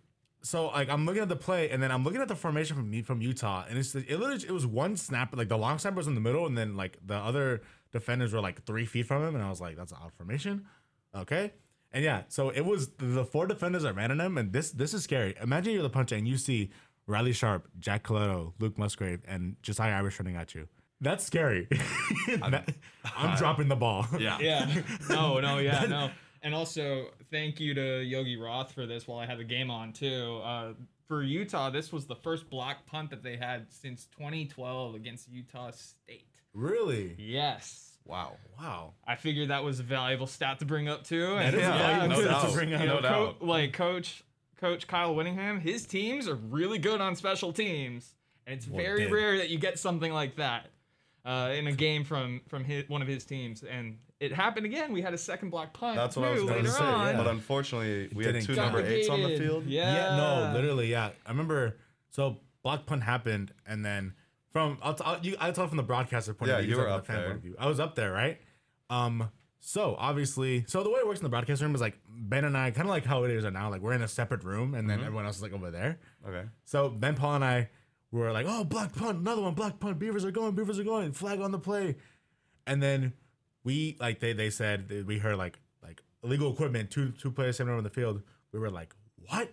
[SPEAKER 3] so like I'm looking at the play, and then I'm looking at the formation from me from Utah, and it's it literally it was one snap, like the long snapper was in the middle, and then like the other defenders were like three feet from him, and I was like, that's an odd formation, okay. And yeah, so it was the four defenders that ran at him, and this this is scary. Imagine you're the punter and you see Riley Sharp, Jack Coletto, Luke Musgrave, and Josiah Irish running at you. That's scary. I'm, I'm dropping the ball.
[SPEAKER 1] Yeah.
[SPEAKER 2] Yeah. No, no, yeah, no. And also, thank you to Yogi Roth for this while I had the game on, too. Uh, for Utah, this was the first block punt that they had since 2012 against Utah State.
[SPEAKER 3] Really?
[SPEAKER 2] Yes.
[SPEAKER 1] Wow.
[SPEAKER 3] Wow.
[SPEAKER 2] I figured that was a valuable stat to bring up, too.
[SPEAKER 3] That is
[SPEAKER 2] And-
[SPEAKER 3] a valuable
[SPEAKER 2] because-
[SPEAKER 3] stat to bring up.
[SPEAKER 2] you know,
[SPEAKER 1] No
[SPEAKER 2] co-
[SPEAKER 1] doubt.
[SPEAKER 2] like coach coach Kyle Winningham, his teams are really good on special teams, and it's
[SPEAKER 3] Well,
[SPEAKER 2] very
[SPEAKER 3] damn.
[SPEAKER 2] rare that you get something like that uh, in a game from from his, one of his teams. And it happened again. We had a second block punt.
[SPEAKER 1] That's what I was
[SPEAKER 2] too,
[SPEAKER 1] going to
[SPEAKER 2] later
[SPEAKER 1] say.
[SPEAKER 2] on.
[SPEAKER 1] But unfortunately, we had
[SPEAKER 3] didn't
[SPEAKER 1] two
[SPEAKER 3] count.
[SPEAKER 1] number eights on the
[SPEAKER 2] Complicated.
[SPEAKER 1] field.
[SPEAKER 2] Yeah.
[SPEAKER 3] Yeah, no, literally, yeah. I remember. So block punt happened, and then from I'll, t- I'll you I tell from the broadcaster point
[SPEAKER 1] Yeah,
[SPEAKER 3] of view.
[SPEAKER 1] you
[SPEAKER 3] tell
[SPEAKER 1] were
[SPEAKER 3] from
[SPEAKER 1] up there.
[SPEAKER 3] view. I was up there, right? Um. So obviously, so the way it works in the broadcast room is like Ben and I, kind of like how it is right now. Like we're in a separate room, and then
[SPEAKER 1] Mm-hmm.
[SPEAKER 3] everyone else is like over there.
[SPEAKER 1] Okay.
[SPEAKER 3] So Ben Paul and I were like, "Oh, block punt, another one, block punt. Beavers are going, Beavers are going. Flag on the play." And then we like they they said that we heard like like illegal equipment, two two players standing over the field. We were like, "What?"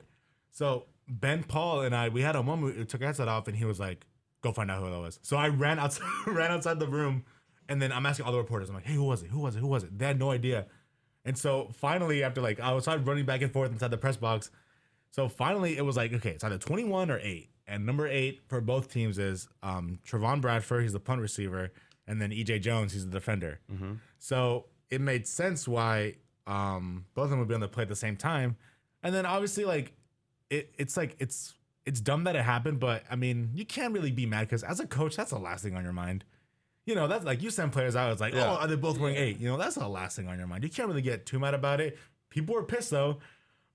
[SPEAKER 3] So Ben Paul and I we had a moment. We took our headset off, and he was like, "Go find out who that was." So I ran outside, ran outside the room, and then I'm asking all the reporters. I'm like, "Hey, who was it? Who was it? Who was it?" They had no idea. And so finally, after like I was running back and forth inside the press box, so finally, it was like, okay, it's either 21 or eight. And number eight for both teams is um, Trevon Bradford, he's the punt receiver, and then EJ Jones, he's the defender. So it made sense why um, both of them would be on the play at the same time. And then obviously, like, it, it's like, it's, it's dumb that it happened, but I mean, you can't really be mad because as a coach, that's the last thing on your mind. You know, that's like you send players out. It's like,
[SPEAKER 1] Yeah.
[SPEAKER 3] oh, are they both wearing eight? You know, that's the last thing on your mind. You can't really get too mad about it. People were pissed though,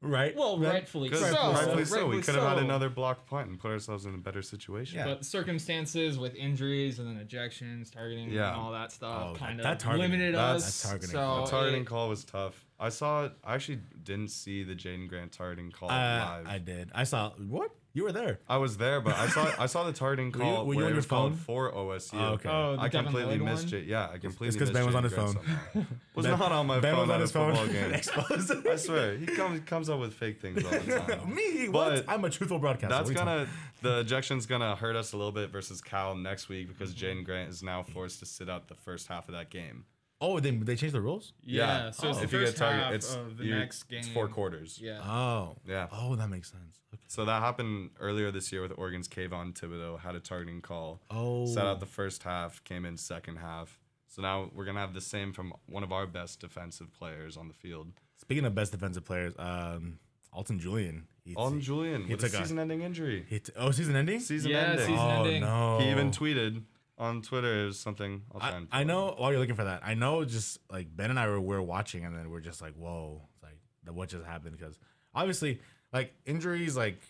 [SPEAKER 3] right?
[SPEAKER 2] well,
[SPEAKER 3] Ben?
[SPEAKER 2] rightfully so.
[SPEAKER 1] Good. rightfully so.
[SPEAKER 2] rightfully
[SPEAKER 1] We could have had
[SPEAKER 2] so.
[SPEAKER 1] another block punt and put ourselves in a better situation.
[SPEAKER 3] Yeah.
[SPEAKER 2] But circumstances with injuries and then ejections, targeting,
[SPEAKER 1] Yeah.
[SPEAKER 2] and all that
[SPEAKER 3] Oh,
[SPEAKER 2] stuff
[SPEAKER 3] that-
[SPEAKER 2] kind
[SPEAKER 3] that
[SPEAKER 2] of
[SPEAKER 3] targeting-
[SPEAKER 2] limited
[SPEAKER 1] that's-
[SPEAKER 2] us.
[SPEAKER 3] that targeting-
[SPEAKER 2] so
[SPEAKER 1] The targeting
[SPEAKER 2] it-
[SPEAKER 1] call was tough. I saw it. I actually didn't see the Jaden Grant targeting call
[SPEAKER 3] Uh,
[SPEAKER 1] Oh, live.
[SPEAKER 3] I did. I saw what? You were there.
[SPEAKER 1] I was there, but I saw I saw the targeting
[SPEAKER 3] you-
[SPEAKER 1] call
[SPEAKER 3] were you
[SPEAKER 1] where
[SPEAKER 3] on
[SPEAKER 1] it
[SPEAKER 3] your
[SPEAKER 1] was called
[SPEAKER 3] phone?
[SPEAKER 1] for OSU.
[SPEAKER 3] Oh, okay.
[SPEAKER 2] Oh, the
[SPEAKER 1] I
[SPEAKER 2] Devin
[SPEAKER 1] completely
[SPEAKER 2] Lloyd
[SPEAKER 1] missed
[SPEAKER 2] one?
[SPEAKER 1] it. Yeah, I completely.
[SPEAKER 3] 'cause
[SPEAKER 1] missed
[SPEAKER 3] Ben was
[SPEAKER 1] Jake
[SPEAKER 3] on his
[SPEAKER 1] Grant
[SPEAKER 3] phone.
[SPEAKER 1] somehow. was
[SPEAKER 3] Ben-
[SPEAKER 1] not on my
[SPEAKER 3] Ben
[SPEAKER 1] phone
[SPEAKER 3] was on
[SPEAKER 1] at
[SPEAKER 3] his
[SPEAKER 1] a football
[SPEAKER 3] phone.
[SPEAKER 1] game.
[SPEAKER 3] Exposed.
[SPEAKER 1] I swear, he comes comes up with fake things all the time.
[SPEAKER 3] Me? What?
[SPEAKER 1] But
[SPEAKER 3] I'm a truthful broadcaster.
[SPEAKER 1] That's
[SPEAKER 3] What are you
[SPEAKER 1] gonna the ejection's gonna hurt us a little bit versus Cal next week because Jaden Grant is now forced to sit out the first half of that game.
[SPEAKER 3] talking- Oh, they they changed the rules.
[SPEAKER 2] Yeah. So it's the
[SPEAKER 1] if
[SPEAKER 2] first
[SPEAKER 1] you get targeted,
[SPEAKER 2] half
[SPEAKER 1] it's
[SPEAKER 2] of the
[SPEAKER 1] you-
[SPEAKER 2] next game.
[SPEAKER 1] It's four quarters. Uh,
[SPEAKER 2] Yeah.
[SPEAKER 3] Oh.
[SPEAKER 1] Yeah.
[SPEAKER 3] Oh, that makes sense. Okay.
[SPEAKER 1] So that happened earlier this year with Oregon's Kayvon Thibodeau had a targeting call.
[SPEAKER 3] Oh.
[SPEAKER 1] Sat out the first half, came in second half. So now we're gonna have the same from one of our best defensive players on the field.
[SPEAKER 3] Speaking of best defensive players, um, Alton Julian. He,
[SPEAKER 1] On Julian
[SPEAKER 3] he
[SPEAKER 1] with a
[SPEAKER 3] took a-
[SPEAKER 1] season-ending injury.
[SPEAKER 3] he t- oh, season ending.
[SPEAKER 1] Season
[SPEAKER 2] Yeah,
[SPEAKER 1] ending.
[SPEAKER 2] season-
[SPEAKER 3] oh
[SPEAKER 2] ending.
[SPEAKER 3] no.
[SPEAKER 1] He even tweeted on Twitter or something. I'll try
[SPEAKER 3] I,
[SPEAKER 1] and pull it
[SPEAKER 3] I
[SPEAKER 1] up.
[SPEAKER 3] know. While you're looking for that, I know. Just like Ben and I were, were watching, and then we're just like, "Whoa!" It's like the- what just happened? Because obviously, like injuries, like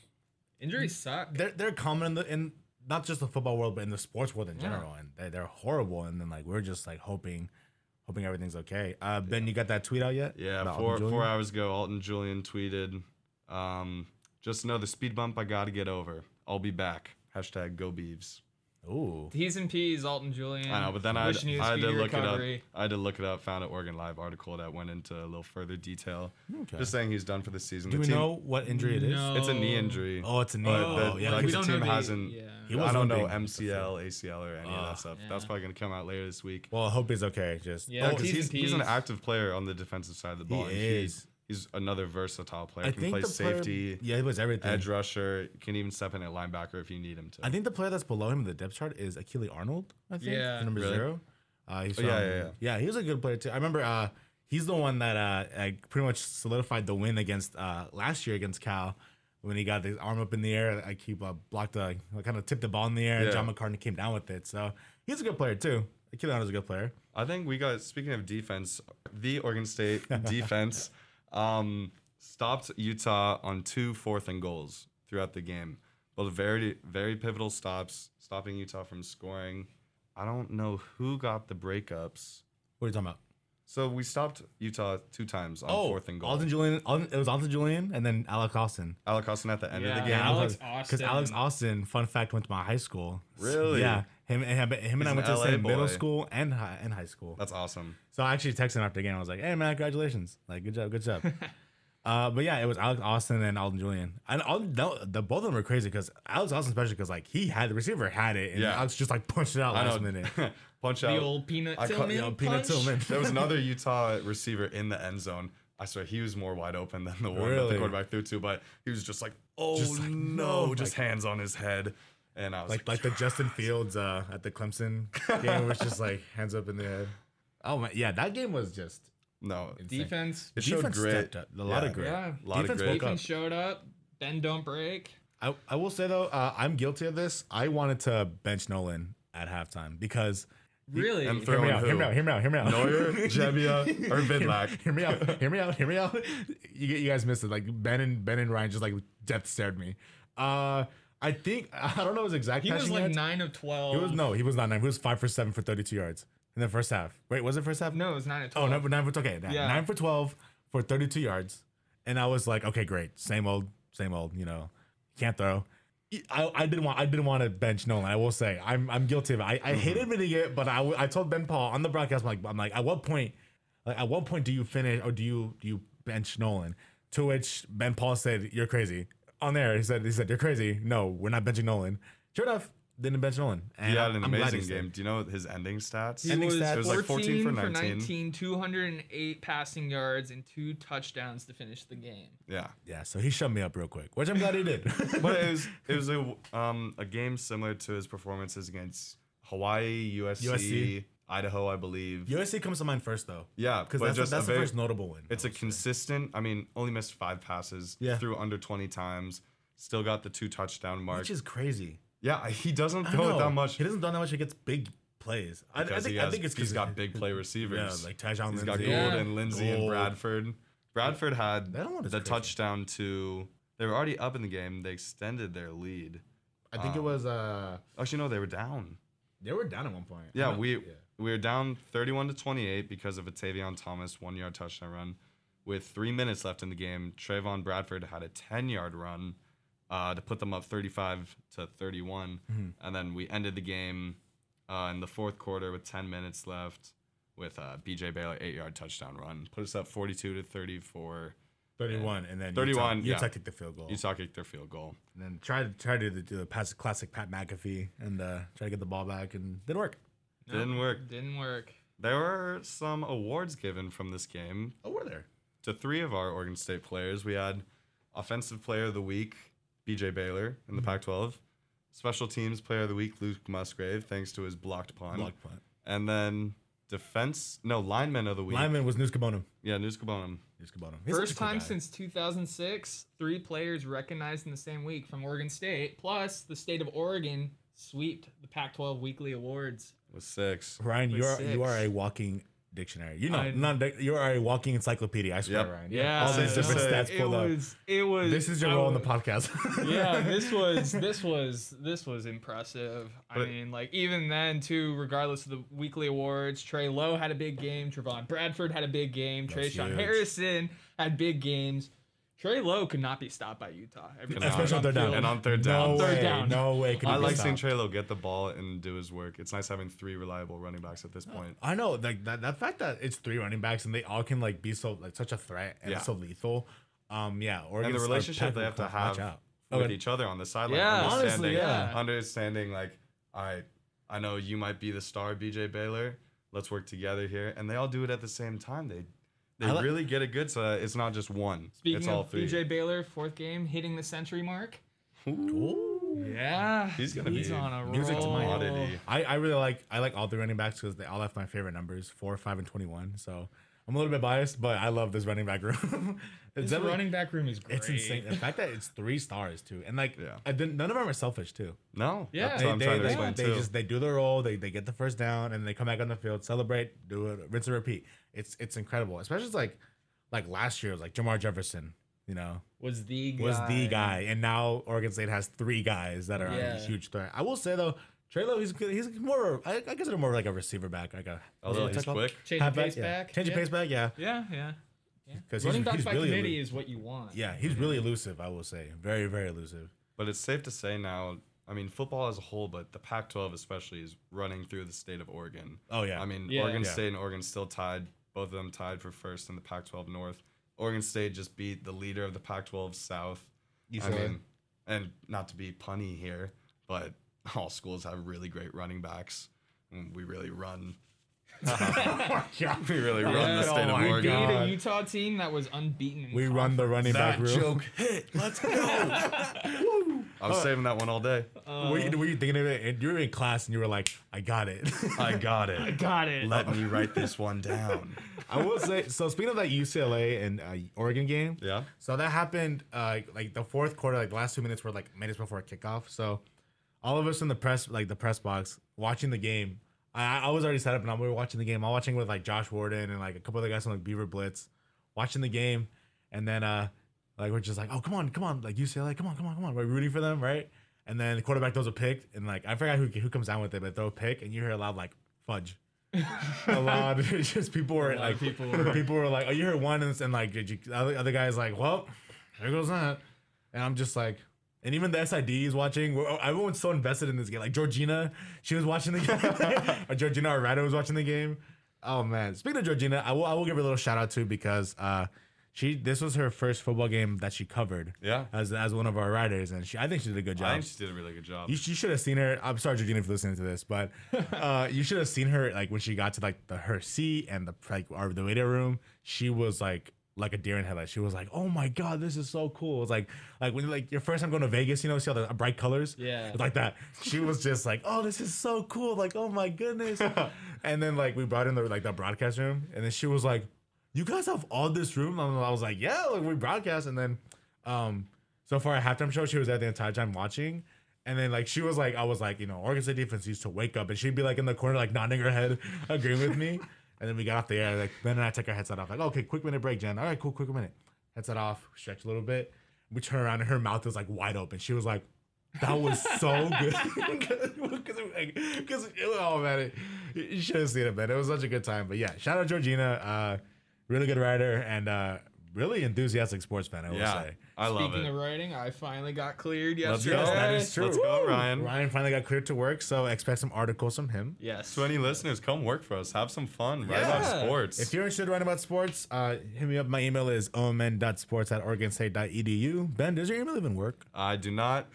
[SPEAKER 2] Injuries suck.
[SPEAKER 3] they're they're common in the in not just the football world, but in the sports world in
[SPEAKER 2] Yeah.
[SPEAKER 3] general, and they, they're horrible. And then like we're just like hoping, hoping everything's okay. Uh, Ben, you got that tweet out yet?
[SPEAKER 1] Yeah,
[SPEAKER 3] About
[SPEAKER 1] four
[SPEAKER 3] Alton
[SPEAKER 1] four
[SPEAKER 3] Julian?
[SPEAKER 1] hours ago, Alton Julian tweeted, um, "Just another speed bump I got to get over. I'll be back." Hashtag Go Beavs.
[SPEAKER 3] Ooh,
[SPEAKER 2] He's in P's, Alton Julian.
[SPEAKER 1] I know, but then I, I
[SPEAKER 2] Wishing you a
[SPEAKER 1] had to
[SPEAKER 2] speedy
[SPEAKER 1] look it
[SPEAKER 2] recovery.
[SPEAKER 1] up. I had to look it up. Found an Oregon Live article that went into a little further detail.
[SPEAKER 3] Okay.
[SPEAKER 1] Just saying he's done for the season.
[SPEAKER 3] do
[SPEAKER 1] the
[SPEAKER 3] we
[SPEAKER 1] team,
[SPEAKER 3] know what injury it is?
[SPEAKER 4] No.
[SPEAKER 1] It's a knee injury.
[SPEAKER 3] Oh, it's a knee.
[SPEAKER 1] But
[SPEAKER 3] Oh,
[SPEAKER 1] the,
[SPEAKER 3] yeah,
[SPEAKER 1] like,
[SPEAKER 4] we
[SPEAKER 1] the
[SPEAKER 4] don't
[SPEAKER 1] team
[SPEAKER 4] know the-
[SPEAKER 1] hasn't.
[SPEAKER 2] yeah.
[SPEAKER 3] He was
[SPEAKER 1] I don't
[SPEAKER 3] one
[SPEAKER 1] know
[SPEAKER 3] big-
[SPEAKER 1] MCL, ACL, or any of
[SPEAKER 3] Ah.
[SPEAKER 1] that stuff. That's
[SPEAKER 2] Yeah.
[SPEAKER 1] probably gonna come out later this week.
[SPEAKER 3] Well, I hope he's okay. Just
[SPEAKER 2] Yeah,
[SPEAKER 1] Yeah,
[SPEAKER 2] Oh,
[SPEAKER 1] because
[SPEAKER 2] T's
[SPEAKER 1] he's,
[SPEAKER 2] and
[SPEAKER 1] he's an
[SPEAKER 2] P's.
[SPEAKER 1] active player on the defensive side of the
[SPEAKER 3] He
[SPEAKER 1] ball. and
[SPEAKER 3] is.
[SPEAKER 1] He's, he's another versatile player.
[SPEAKER 3] I
[SPEAKER 1] can
[SPEAKER 3] think
[SPEAKER 1] play
[SPEAKER 3] the player-
[SPEAKER 1] safety.
[SPEAKER 3] yeah, he was everything.
[SPEAKER 1] edge rusher. Can even step in at linebacker if you need him to.
[SPEAKER 3] I think the player that's below him in the depth chart is Achille Arnold. I think
[SPEAKER 2] Yeah.
[SPEAKER 3] the number
[SPEAKER 1] Really?
[SPEAKER 3] zero. Uh, he's
[SPEAKER 1] Oh, yeah,
[SPEAKER 3] from-
[SPEAKER 1] yeah, yeah.
[SPEAKER 3] he was a good player too. I remember uh, he's the one that uh, like, pretty much solidified the win against uh, last year against Cal when he got his arm up in the air. I keep uh, blocked, uh, kind of tipped the ball in the air.
[SPEAKER 1] Yeah.
[SPEAKER 3] John McCartney came down with it. So he's a good player too. Achille Arnold's a good player.
[SPEAKER 1] I think we got. Speaking of defense, the Oregon State defense um, stopped Utah on two fourth and goals throughout the game. Both very very pivotal stops, stopping Utah from scoring. I don't know who got the breakups.
[SPEAKER 3] What are you talking about?
[SPEAKER 1] So we stopped Utah two times on
[SPEAKER 3] Oh,
[SPEAKER 1] fourth and goal.
[SPEAKER 3] Alton Julian. Alton, it was Alton Julian and then Alec Austin.
[SPEAKER 1] Alec Austin at the end of the
[SPEAKER 2] Yeah.
[SPEAKER 1] game.
[SPEAKER 2] Alex
[SPEAKER 3] Because Alex
[SPEAKER 2] Austin.
[SPEAKER 3] Austin, fun fact, went to my high school.
[SPEAKER 1] Really?
[SPEAKER 3] Yeah. Him, him, him and I
[SPEAKER 1] an
[SPEAKER 3] went to the
[SPEAKER 1] LA
[SPEAKER 3] same middle
[SPEAKER 1] boy.
[SPEAKER 3] school and high, and high school.
[SPEAKER 1] That's awesome.
[SPEAKER 3] So I actually texted him after the game. I was like, "Hey man, congratulations! Like, good job, good job." uh, but yeah, it was Alex Austin and Alden Julian, and Alden, the, the both of them were crazy because Alex Austin, especially because like he had the receiver had it, and
[SPEAKER 1] Yeah.
[SPEAKER 3] Alex just like punched it out
[SPEAKER 1] I
[SPEAKER 3] last
[SPEAKER 1] know.
[SPEAKER 3] minute.
[SPEAKER 1] Punch out.
[SPEAKER 2] The old peanut
[SPEAKER 1] I caught-
[SPEAKER 2] Tillman.
[SPEAKER 1] yeah,
[SPEAKER 2] punch.
[SPEAKER 3] Peanut Tillman.
[SPEAKER 1] There was another Utah receiver in the end zone. I swear he was more wide open than the one that
[SPEAKER 3] Really?
[SPEAKER 1] the quarterback threw to, but he was just like, oh
[SPEAKER 3] Just like,
[SPEAKER 1] no,
[SPEAKER 3] no,
[SPEAKER 1] just hands on his head. And I was like,
[SPEAKER 3] like like the Justin Fields uh, at the Clemson game was just like hands up in the head. Oh my, yeah, that game was just
[SPEAKER 1] no.
[SPEAKER 2] Defense.
[SPEAKER 1] It showed
[SPEAKER 3] Defense
[SPEAKER 1] grit.
[SPEAKER 3] stepped up. A lot of grit.
[SPEAKER 2] Yeah.
[SPEAKER 1] A lot
[SPEAKER 3] Defense
[SPEAKER 1] of grit.
[SPEAKER 3] woke up.
[SPEAKER 2] Defense showed up. Ben don't break.
[SPEAKER 3] I, I will say though, uh, I'm guilty of this. I wanted to bench Nolan at halftime because
[SPEAKER 2] Really?
[SPEAKER 1] and
[SPEAKER 3] hear
[SPEAKER 1] throw-
[SPEAKER 3] me
[SPEAKER 1] Throwing
[SPEAKER 3] out, hear me
[SPEAKER 1] who?
[SPEAKER 3] out, hear me out, hear me out.
[SPEAKER 1] Neuer, Jebbia, or Vidlac.
[SPEAKER 3] Hear me out. Hear me out. Hear me out. You, you guys missed it. Like Ben and Ben and Ryan just like death stared me. Uh, I think I don't know his exact.
[SPEAKER 2] he was
[SPEAKER 3] passing
[SPEAKER 2] like
[SPEAKER 3] yards.
[SPEAKER 2] nine of twelve.
[SPEAKER 3] He was no. He was not nine. He was five for seven for thirty-two yards in the first half. Wait, was it first half?
[SPEAKER 2] No, it was nine of
[SPEAKER 3] Oh,
[SPEAKER 2] twelve.
[SPEAKER 3] nine for nine for okay. Yeah.
[SPEAKER 2] Yeah.
[SPEAKER 3] Nine for twelve for thirty-two yards, and I was like, okay, great, same old, same old. You know, can't throw. I, I didn't want I didn't want to bench Nolan. I will say I'm I'm guilty of it. I,
[SPEAKER 1] Mm-hmm.
[SPEAKER 3] I hate admitting it, but I, w- I told Ben Paul on the broadcast. I'm like I'm like at what point like at what point do you finish or do you do you bench Nolan? To which Ben Paul said you're crazy on there. He said he said you're crazy. No, we're not benching Nolan. Sure enough, didn't bench Nolan. And
[SPEAKER 1] He had an
[SPEAKER 3] I'm glad
[SPEAKER 1] amazing
[SPEAKER 3] he
[SPEAKER 1] game. Do you know his ending stats?
[SPEAKER 2] He
[SPEAKER 3] Ending
[SPEAKER 2] was,
[SPEAKER 3] stats. It
[SPEAKER 1] was like 14
[SPEAKER 2] 14
[SPEAKER 1] for
[SPEAKER 2] for 19.
[SPEAKER 1] 19.
[SPEAKER 2] 208 passing yards, and two touchdowns to finish the game.
[SPEAKER 1] Yeah.
[SPEAKER 3] Stayed. Yeah, so he shut me up real quick, which I'm glad he did.
[SPEAKER 1] but it was it was a um a game similar to his performances against Hawaii, USC,
[SPEAKER 3] USC.
[SPEAKER 1] Idaho, I believe.
[SPEAKER 3] USC comes to mind first though.
[SPEAKER 1] yeah,
[SPEAKER 3] Because
[SPEAKER 1] but
[SPEAKER 3] that's, the-
[SPEAKER 1] just a
[SPEAKER 3] that's the
[SPEAKER 1] very-
[SPEAKER 3] first notable one.
[SPEAKER 1] It's a consistent. I mean, only missed five passes.
[SPEAKER 3] Yeah.
[SPEAKER 1] Threw under twenty times. Still got the two touchdown mark.
[SPEAKER 3] which is crazy.
[SPEAKER 1] yeah, he doesn't
[SPEAKER 3] I
[SPEAKER 1] throw it
[SPEAKER 3] know.
[SPEAKER 1] that much.
[SPEAKER 3] He doesn't throw that much. He gets big plays. I, I
[SPEAKER 1] because
[SPEAKER 3] think
[SPEAKER 1] he
[SPEAKER 3] I
[SPEAKER 1] has-
[SPEAKER 3] think it's
[SPEAKER 1] he's
[SPEAKER 3] because
[SPEAKER 1] got big play
[SPEAKER 3] Yeah,
[SPEAKER 1] receivers.
[SPEAKER 3] like Tajong
[SPEAKER 1] he's
[SPEAKER 3] Lindsey.
[SPEAKER 1] got Gold
[SPEAKER 2] Yeah.
[SPEAKER 1] and Lindsey and
[SPEAKER 3] Gold.
[SPEAKER 1] Bradford. Bradford had
[SPEAKER 3] That one
[SPEAKER 1] the
[SPEAKER 3] is crazy.
[SPEAKER 1] touchdown to. They were already up in the game. They extended their lead.
[SPEAKER 3] I think it was. uh
[SPEAKER 1] Actually, no, they were down.
[SPEAKER 3] They were down at one point.
[SPEAKER 1] Yeah, we we were down 31 to 28 because of a Tavion Thomas one yard touchdown run. With three minutes left in the game, Trayvon Bradford had a 10 yard run. uh, to put them up 35 to 31. And then we ended the game uh, in the fourth quarter with 10 minutes left with uh, BJ Baylor eight yard touchdown run, put us up 42 to 34.
[SPEAKER 3] 31, and then
[SPEAKER 1] 31,
[SPEAKER 3] Utah, Utah
[SPEAKER 1] yeah.
[SPEAKER 3] kicked the field goal.
[SPEAKER 1] Utah kicked their field goal.
[SPEAKER 3] And then try to try to do the, do the pass, classic Pat McAfee and uh, try to get the ball back, and didn't work.
[SPEAKER 1] Didn't work.
[SPEAKER 4] Didn't work.
[SPEAKER 1] There were some awards given from this game
[SPEAKER 3] Oh, we're there.
[SPEAKER 1] to three of our Oregon State players. We had Offensive Player of the Week, BJ Baylor in the Pac 12. Special Teams Player of the Week, Luke Musgrave, thanks to his blocked punt.
[SPEAKER 3] Block punt.
[SPEAKER 1] And then Defense, no, Lineman of the Week.
[SPEAKER 3] Lineman was News Kabonum.
[SPEAKER 1] Yeah, News Kabonum.
[SPEAKER 3] News Kabonum.
[SPEAKER 2] First time since 2006, three players recognized in the same week from Oregon State. Plus, the state of Oregon sweeped the Pac-12 weekly awards.
[SPEAKER 1] was six.
[SPEAKER 3] Ryan, you are
[SPEAKER 2] was
[SPEAKER 3] you are
[SPEAKER 2] six.
[SPEAKER 3] a walking dictionary. You know,
[SPEAKER 2] I-
[SPEAKER 3] not dic- you are a walking encyclopedia. I swear,
[SPEAKER 1] Yep.
[SPEAKER 3] Ryan.
[SPEAKER 2] Yeah,
[SPEAKER 3] all these
[SPEAKER 1] I
[SPEAKER 3] different
[SPEAKER 1] know.
[SPEAKER 3] stats
[SPEAKER 2] It
[SPEAKER 3] pulled up.
[SPEAKER 2] was. It was.
[SPEAKER 3] This is your
[SPEAKER 2] I
[SPEAKER 3] role in the
[SPEAKER 2] was-
[SPEAKER 3] podcast.
[SPEAKER 2] yeah, this was this was this was impressive. I
[SPEAKER 1] But-
[SPEAKER 2] mean, like even then too, regardless of the weekly awards, Trey Lowe had a big game, Travon Bradford had a big game, Trey Sean
[SPEAKER 3] huge.
[SPEAKER 2] Harrison had big games. Trey Low could not be stopped by Utah. Every
[SPEAKER 1] Could
[SPEAKER 2] time
[SPEAKER 1] not.
[SPEAKER 3] Especially on third down.
[SPEAKER 2] field.
[SPEAKER 1] And on third
[SPEAKER 3] No
[SPEAKER 1] down.
[SPEAKER 2] Third
[SPEAKER 3] way.
[SPEAKER 2] down.
[SPEAKER 3] No way. Could
[SPEAKER 1] I
[SPEAKER 3] he
[SPEAKER 1] like
[SPEAKER 3] stop?
[SPEAKER 1] seeing Trelo get the ball and do his work. It's nice having three reliable running backs at this point.
[SPEAKER 3] I know, like that, that fact that it's three running backs and they all can like be so like such a threat and
[SPEAKER 1] Yeah.
[SPEAKER 3] so lethal. Um, yeah, Oregon
[SPEAKER 1] and the
[SPEAKER 3] State-
[SPEAKER 1] relationship they have
[SPEAKER 3] tackle,
[SPEAKER 1] to
[SPEAKER 3] watch
[SPEAKER 1] have
[SPEAKER 3] out.
[SPEAKER 1] with
[SPEAKER 3] Okay.
[SPEAKER 1] each other on the sideline.
[SPEAKER 2] Yeah. Honestly,
[SPEAKER 1] understanding,
[SPEAKER 2] yeah.
[SPEAKER 1] Understanding, like, all right, I know you might be the star, BJ Baylor. Let's work together here. And they all do it at the same time. They they
[SPEAKER 3] I li-
[SPEAKER 1] really get it good. So it's not just one.
[SPEAKER 2] Speaking
[SPEAKER 1] it's all
[SPEAKER 2] of
[SPEAKER 1] three.
[SPEAKER 2] BJ Baylor, fourth game hitting the century mark.
[SPEAKER 3] Ooh.
[SPEAKER 2] Yeah,
[SPEAKER 1] He's gonna be
[SPEAKER 2] on a
[SPEAKER 3] music to
[SPEAKER 2] roll.
[SPEAKER 3] my
[SPEAKER 1] Commodity.
[SPEAKER 3] I, I really like I like all the running backs because they all have my favorite numbers four, five, and twenty one. So I'm a little bit biased, but I love this running back room. it's
[SPEAKER 2] This
[SPEAKER 3] definitely-
[SPEAKER 2] running back room is great.
[SPEAKER 3] It's insane. The fact that it's three stars too, and like
[SPEAKER 1] Yeah.
[SPEAKER 3] I didn't, none of them are selfish too.
[SPEAKER 1] No.
[SPEAKER 2] Yeah.
[SPEAKER 1] That's
[SPEAKER 3] They,
[SPEAKER 1] what I'm
[SPEAKER 3] they-
[SPEAKER 1] trying to
[SPEAKER 3] they-
[SPEAKER 1] explain
[SPEAKER 3] they
[SPEAKER 1] too.
[SPEAKER 3] just they do their role, they, they get the first down, and they come back on the field, celebrate, do it, rinse and repeat. It's it's incredible, especially it's like like last year it was like Jamar Jefferson, you know,
[SPEAKER 2] Was the guy.
[SPEAKER 3] was the guy, and now Oregon State has three guys that are
[SPEAKER 2] Yeah.
[SPEAKER 3] a huge threat. I will say though, Trello, he's good- he's more I, I consider him more like a receiver back, like a
[SPEAKER 1] Although Oh,
[SPEAKER 3] what's
[SPEAKER 1] he's
[SPEAKER 3] it called?
[SPEAKER 1] quick.
[SPEAKER 2] Change the
[SPEAKER 3] Halfback,
[SPEAKER 2] pace
[SPEAKER 3] yeah.
[SPEAKER 2] back.
[SPEAKER 3] change
[SPEAKER 2] yeah.
[SPEAKER 3] the pace back, yeah,
[SPEAKER 2] Yeah, yeah.
[SPEAKER 3] because
[SPEAKER 2] Running
[SPEAKER 3] he's,
[SPEAKER 2] backs
[SPEAKER 3] he's
[SPEAKER 2] by
[SPEAKER 3] really
[SPEAKER 2] committee
[SPEAKER 3] elusive.
[SPEAKER 2] is what you want.
[SPEAKER 3] yeah, he's really
[SPEAKER 1] Mm-hmm.
[SPEAKER 3] elusive. I will say, very very elusive.
[SPEAKER 1] But it's safe to say now, I mean, football as a whole, but the Pac 12 especially is running through the state of Oregon.
[SPEAKER 3] Oh yeah,
[SPEAKER 1] I mean,
[SPEAKER 2] Yeah.
[SPEAKER 1] Oregon
[SPEAKER 3] Yeah.
[SPEAKER 1] State and Oregon still tied, both of them tied for first in the Pac 12 North. Oregon State just beat the leader of the Pac 12 South. I
[SPEAKER 3] saw it.
[SPEAKER 1] mean, and not to be punny here, but all schools have really great running backs. And we really run.
[SPEAKER 3] oh, yeah,
[SPEAKER 1] We really run
[SPEAKER 2] Yeah.
[SPEAKER 1] the state
[SPEAKER 3] Oh
[SPEAKER 1] of
[SPEAKER 3] my
[SPEAKER 1] Oregon.
[SPEAKER 2] Beat a
[SPEAKER 3] God.
[SPEAKER 2] Utah team that was unbeaten. in
[SPEAKER 3] we run the running back room.
[SPEAKER 1] hit. Let's go. I was saving that one all day.
[SPEAKER 2] Uh-huh. Oh,
[SPEAKER 3] were, you, were you thinking of it? And you were in class and you were like, I got it.
[SPEAKER 1] I got it.
[SPEAKER 2] Got it.
[SPEAKER 1] Let me write this one down.
[SPEAKER 3] I will say, so speaking of that UCLA and uh, Oregon game,
[SPEAKER 1] Yeah.
[SPEAKER 3] so that happened uh, like the fourth quarter, like the last two minutes were like minutes before kickoff. So all of us in the press, like the press box, watching the game. I, I was already set up and we were watching the game. I'm watching with like Josh Warden and like a couple other guys from like Beaver Blitz, watching the game, and then uh like we're just like, oh come on, come on, like UCLA, come on, come on, come on. We're rooting for them, right? And then the quarterback throws a pick, and like I forgot who who comes down with it, but throw a pick, and you hear a loud like fudge. a lot. It's just people were like people were, like, oh, you heard one, and, and like did you, the other, other guy's like, well, there goes that, and I'm just like. And even the SID is watching. We're, everyone's so invested in this game. Like Georgina, she was watching the game. or Georgina Arado was watching the game. Oh man! Speaking of Georgina, I will I will give her a little shout out too because uh, she this was her first football game that she covered.
[SPEAKER 1] Yeah.
[SPEAKER 3] As as one of our writers, and she I think she did a good job.
[SPEAKER 1] I think she did a really good job.
[SPEAKER 3] You, you should have seen her. I'm sorry, Georgina, for listening to this, but uh, you should have seen her like when she got to like the her seat and the like or the radio room. She was like like a deer in headlights. She was like, "Oh my god, this is so cool!" It's like like when like your first time going to Vegas, you know, see all the bright colors,
[SPEAKER 2] Yeah.
[SPEAKER 3] It's like that. She was just like, "Oh, this is so cool!" Like, "Oh my goodness!" and then like we brought in the like the broadcast room, and then she was like, "You guys have all this room?" And I was like, "Yeah, like we broadcast," and then. um so for a halftime show, she was at the entire time watching. And then like she was like, I was like, you know, Oregon State defense used to wake up and she'd be like in the corner, like nodding her head, agreeing with me. And then we got off the air, like Ben and I took our headset off, like, okay, quick minute break, Jen. All right, cool, quick minute. Headset off, stretch a little bit. We turn around and her mouth is like wide open. She was like, that was so good. Because, oh man, it, you should have seen it, man. It was such a good time. But yeah, shout out Georgina. Uh, really good writer and uh really enthusiastic sports fan. I
[SPEAKER 1] yeah,
[SPEAKER 3] will say.
[SPEAKER 1] I love
[SPEAKER 2] Speaking
[SPEAKER 1] it.
[SPEAKER 2] of writing, I finally got cleared
[SPEAKER 1] Let's
[SPEAKER 2] yesterday.
[SPEAKER 1] go. That is true. Let's go, Ryan.
[SPEAKER 3] Ryan finally got cleared to work, so expect some articles from him.
[SPEAKER 2] Yes.
[SPEAKER 1] To any listeners, come work for us. Have some fun. Write
[SPEAKER 2] Yeah.
[SPEAKER 1] about sports.
[SPEAKER 3] If you're interested in writing about sports, uh, hit me up. My email is omn.sports at oregonstate.edu. Ben, does your email even work?
[SPEAKER 1] I do not.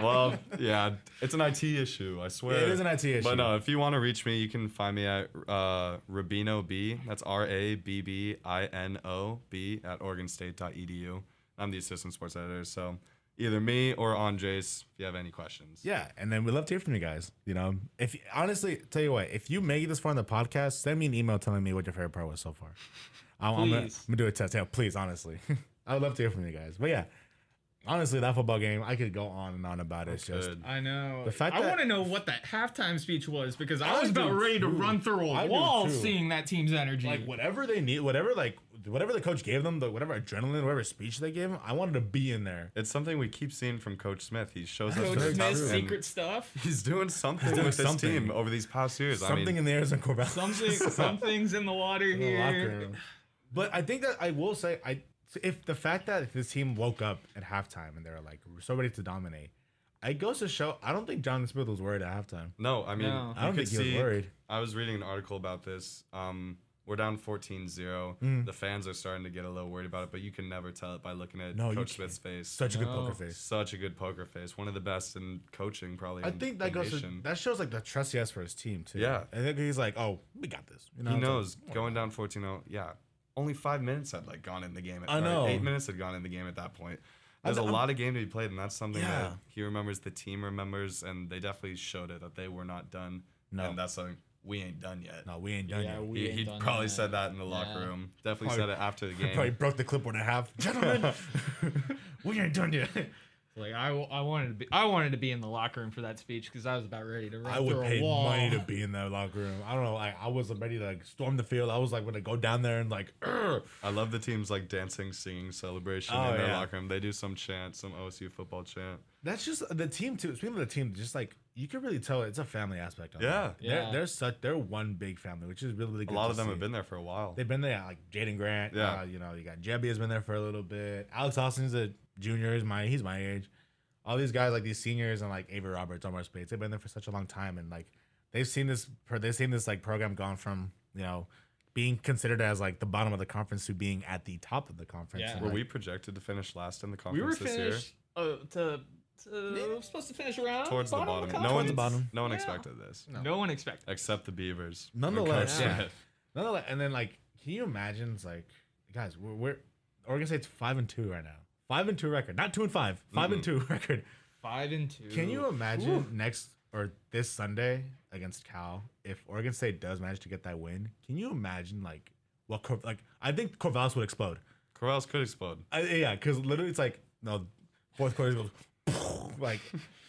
[SPEAKER 1] well, yeah, it's an IT issue. I swear.
[SPEAKER 3] It is an IT issue.
[SPEAKER 1] Uh, But no, if you want to reach me, you can find me at uh, Rabino B. That's R A B B I N O B at OregonState.edu. E I'm the assistant sports editor, so either me or Andres, if you have any questions.
[SPEAKER 3] Yeah, and then we love to hear from you guys. You know, if honestly, tell you what, if you make it this far in the podcast, send me an email telling me what your favorite part was so far. I'm, I'm, gonna, I'm
[SPEAKER 2] Please.
[SPEAKER 3] gonna do a test. Yeah, please, honestly, I would love to hear from you guys. But yeah, honestly, that football game, I could go on and on about it. It's just
[SPEAKER 1] Good.
[SPEAKER 2] I know.
[SPEAKER 3] The fact
[SPEAKER 2] I
[SPEAKER 3] that-
[SPEAKER 2] want to know what that halftime speech was because I,
[SPEAKER 3] I
[SPEAKER 2] was about
[SPEAKER 3] do
[SPEAKER 2] ready to
[SPEAKER 3] too.
[SPEAKER 2] run through a
[SPEAKER 3] I do
[SPEAKER 2] wall
[SPEAKER 3] too.
[SPEAKER 2] seeing that team's energy.
[SPEAKER 3] like whatever they need, whatever like whatever the coach gave them, the whatever adrenaline, whatever speech they gave them, I wanted to be in there.
[SPEAKER 1] It's something we keep seeing from Coach Smith. He shows us
[SPEAKER 2] Coach
[SPEAKER 1] the
[SPEAKER 3] very
[SPEAKER 2] Smith's
[SPEAKER 1] true.
[SPEAKER 2] secret stuff.
[SPEAKER 1] He's doing something
[SPEAKER 3] He's doing
[SPEAKER 1] with this
[SPEAKER 3] something.
[SPEAKER 1] team over these past years.
[SPEAKER 3] Something
[SPEAKER 1] I mean,
[SPEAKER 3] in the air is in Corbell.
[SPEAKER 2] Something, something's in the water
[SPEAKER 3] in the
[SPEAKER 2] here.
[SPEAKER 3] locker room. But I think that I will say I if the fact that if this team woke up at halftime and they were like so ready to dominate, it goes to show I don't think John Smith was worried at halftime.
[SPEAKER 1] no, I mean,
[SPEAKER 2] No.
[SPEAKER 1] you
[SPEAKER 3] I don't
[SPEAKER 1] could
[SPEAKER 3] think he was
[SPEAKER 1] see-
[SPEAKER 3] worried.
[SPEAKER 1] I was reading an article about this. Um, we're down 14 0.
[SPEAKER 3] Mm.
[SPEAKER 1] The fans are starting to get a little worried about it, but you can never tell it by looking at
[SPEAKER 3] No, you
[SPEAKER 1] Coach
[SPEAKER 3] can't.
[SPEAKER 1] Smith's face.
[SPEAKER 3] Such a good
[SPEAKER 2] No.
[SPEAKER 3] poker face.
[SPEAKER 1] Such a good poker face. One of the best in coaching, probably.
[SPEAKER 3] I
[SPEAKER 1] in
[SPEAKER 3] think that
[SPEAKER 1] the
[SPEAKER 3] goes to,
[SPEAKER 1] nation.
[SPEAKER 3] that shows like the trust he has for his team too.
[SPEAKER 1] Yeah.
[SPEAKER 3] I think he's like, oh, we got this. You know,
[SPEAKER 1] He
[SPEAKER 3] it's like,
[SPEAKER 1] knows going down 14 0. Yeah. Only five minutes had like gone in the game. At,
[SPEAKER 3] I
[SPEAKER 1] or
[SPEAKER 3] know.
[SPEAKER 1] Eight minutes had gone in the game at that point. There's a
[SPEAKER 3] I'm-
[SPEAKER 1] lot of game to be played, and that's something
[SPEAKER 3] Yeah.
[SPEAKER 1] that he remembers. The team remembers, and they definitely showed it that they were not done.
[SPEAKER 3] No.
[SPEAKER 1] and uh, that's something we ain't done yet.
[SPEAKER 3] no, we ain't done
[SPEAKER 2] Yeah,
[SPEAKER 3] yet.
[SPEAKER 2] we
[SPEAKER 1] He,
[SPEAKER 2] ain't
[SPEAKER 1] he
[SPEAKER 2] done
[SPEAKER 1] probably
[SPEAKER 2] yet.
[SPEAKER 1] said that in the locker
[SPEAKER 2] Yeah.
[SPEAKER 1] room. Definitely
[SPEAKER 3] Probably-
[SPEAKER 1] said it after the game.
[SPEAKER 3] Probably broke the clipboard in half. Gentlemen, we ain't done yet.
[SPEAKER 2] Like I, w- I wanted to be, I wanted to be in the locker room for that speech because I was about ready to run
[SPEAKER 3] I
[SPEAKER 2] through
[SPEAKER 3] would
[SPEAKER 2] a
[SPEAKER 3] pay
[SPEAKER 2] wall.
[SPEAKER 3] money to be in that locker room. I don't know. I, I was ready to like storm the field. I was like, when I go down there and like, "Urgh."
[SPEAKER 1] I love the team's like dancing, singing celebration
[SPEAKER 3] Oh,
[SPEAKER 1] in their
[SPEAKER 3] yeah.
[SPEAKER 1] locker room. They do some chant, some OSU football chant.
[SPEAKER 3] That's just the team too. Speaking of the team, just like you can really tell it's a family aspect. On
[SPEAKER 1] Yeah.
[SPEAKER 3] that. they're,
[SPEAKER 2] Yeah.
[SPEAKER 3] they're such they're one big family, which is really, really
[SPEAKER 1] A
[SPEAKER 3] good.
[SPEAKER 1] lot
[SPEAKER 3] to
[SPEAKER 1] of them have
[SPEAKER 3] see.
[SPEAKER 1] been there for a while.
[SPEAKER 3] They've been there, like Jaden Grant.
[SPEAKER 1] Yeah.
[SPEAKER 3] uh, you know, you got Jebby has been there for a little bit. Alex Austin's a junior. He's my he's my age. All these guys like these seniors and like Avery Roberts, Omar Spates, they've been there for such a long time, and like they've seen this pro- they've seen this like program gone from you know being considered as like the bottom of the conference to being at the top of the conference.
[SPEAKER 2] Yeah.
[SPEAKER 3] and,
[SPEAKER 1] Were
[SPEAKER 3] like,
[SPEAKER 1] we projected to finish last in the
[SPEAKER 2] We were
[SPEAKER 1] conference this year?
[SPEAKER 2] finished uh, to, to supposed to finish around
[SPEAKER 1] Towards the
[SPEAKER 2] of
[SPEAKER 1] bottom. No
[SPEAKER 2] conference.
[SPEAKER 1] one,
[SPEAKER 3] the bottom.
[SPEAKER 1] No one
[SPEAKER 2] Yeah.
[SPEAKER 1] expected this,
[SPEAKER 2] No. one expected.
[SPEAKER 1] except the Beavers. when
[SPEAKER 3] Nonetheless,
[SPEAKER 1] Coach
[SPEAKER 3] yeah.
[SPEAKER 1] Smith-
[SPEAKER 3] Nonetheless, and then like, can you imagine? It's like, guys, we're, we're Oregon State's five and two right now. Five and two record, not two and five. 5 and two record.
[SPEAKER 2] Five and two.
[SPEAKER 3] Can you imagine next or this Sunday against Cal if Oregon State does manage to get that win? Can you imagine like what Cor- like I think Corvallis would explode.
[SPEAKER 1] Corrales could explode.
[SPEAKER 3] I, yeah, because literally it's like no fourth quarter goes like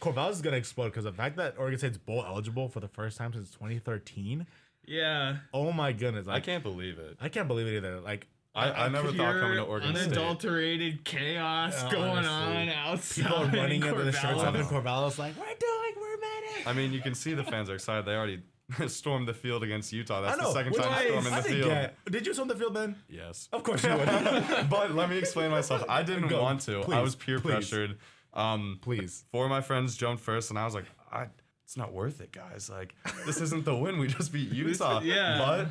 [SPEAKER 3] Corvallis is gonna explode because the fact that Oregon State's bowl eligible for the first time since 2013.
[SPEAKER 2] Yeah.
[SPEAKER 3] Oh my goodness,
[SPEAKER 1] I
[SPEAKER 3] like,
[SPEAKER 1] can't believe it.
[SPEAKER 3] I can't believe it either. Like
[SPEAKER 1] I, I never thought coming to
[SPEAKER 2] Pure
[SPEAKER 1] Oregon State.
[SPEAKER 2] unadulterated chaos
[SPEAKER 3] Yeah,
[SPEAKER 2] going
[SPEAKER 3] honestly.
[SPEAKER 2] on outside.
[SPEAKER 3] people are running under the shirts
[SPEAKER 2] Corvallis.
[SPEAKER 3] off, and Corvallis like, "We're doing, we're made it."
[SPEAKER 1] I mean, you can see the fans are excited. They already stormed the field against Utah. That's the second
[SPEAKER 3] which
[SPEAKER 1] time
[SPEAKER 3] I-
[SPEAKER 1] storming
[SPEAKER 3] I
[SPEAKER 1] the
[SPEAKER 3] didn't
[SPEAKER 1] field.
[SPEAKER 3] get- Did you storm the field, Ben?
[SPEAKER 1] Yes.
[SPEAKER 3] Of course you would.
[SPEAKER 1] but let me explain myself. I didn't
[SPEAKER 3] Go.
[SPEAKER 1] want to. I
[SPEAKER 3] Please.
[SPEAKER 1] was peer
[SPEAKER 3] Please.
[SPEAKER 1] pressured. Um,
[SPEAKER 3] Please.
[SPEAKER 1] Four of my friends jumped first, and I was like, I, it's not worth it, guys. Like, this isn't the win. We just beat Utah.
[SPEAKER 2] yeah.
[SPEAKER 1] But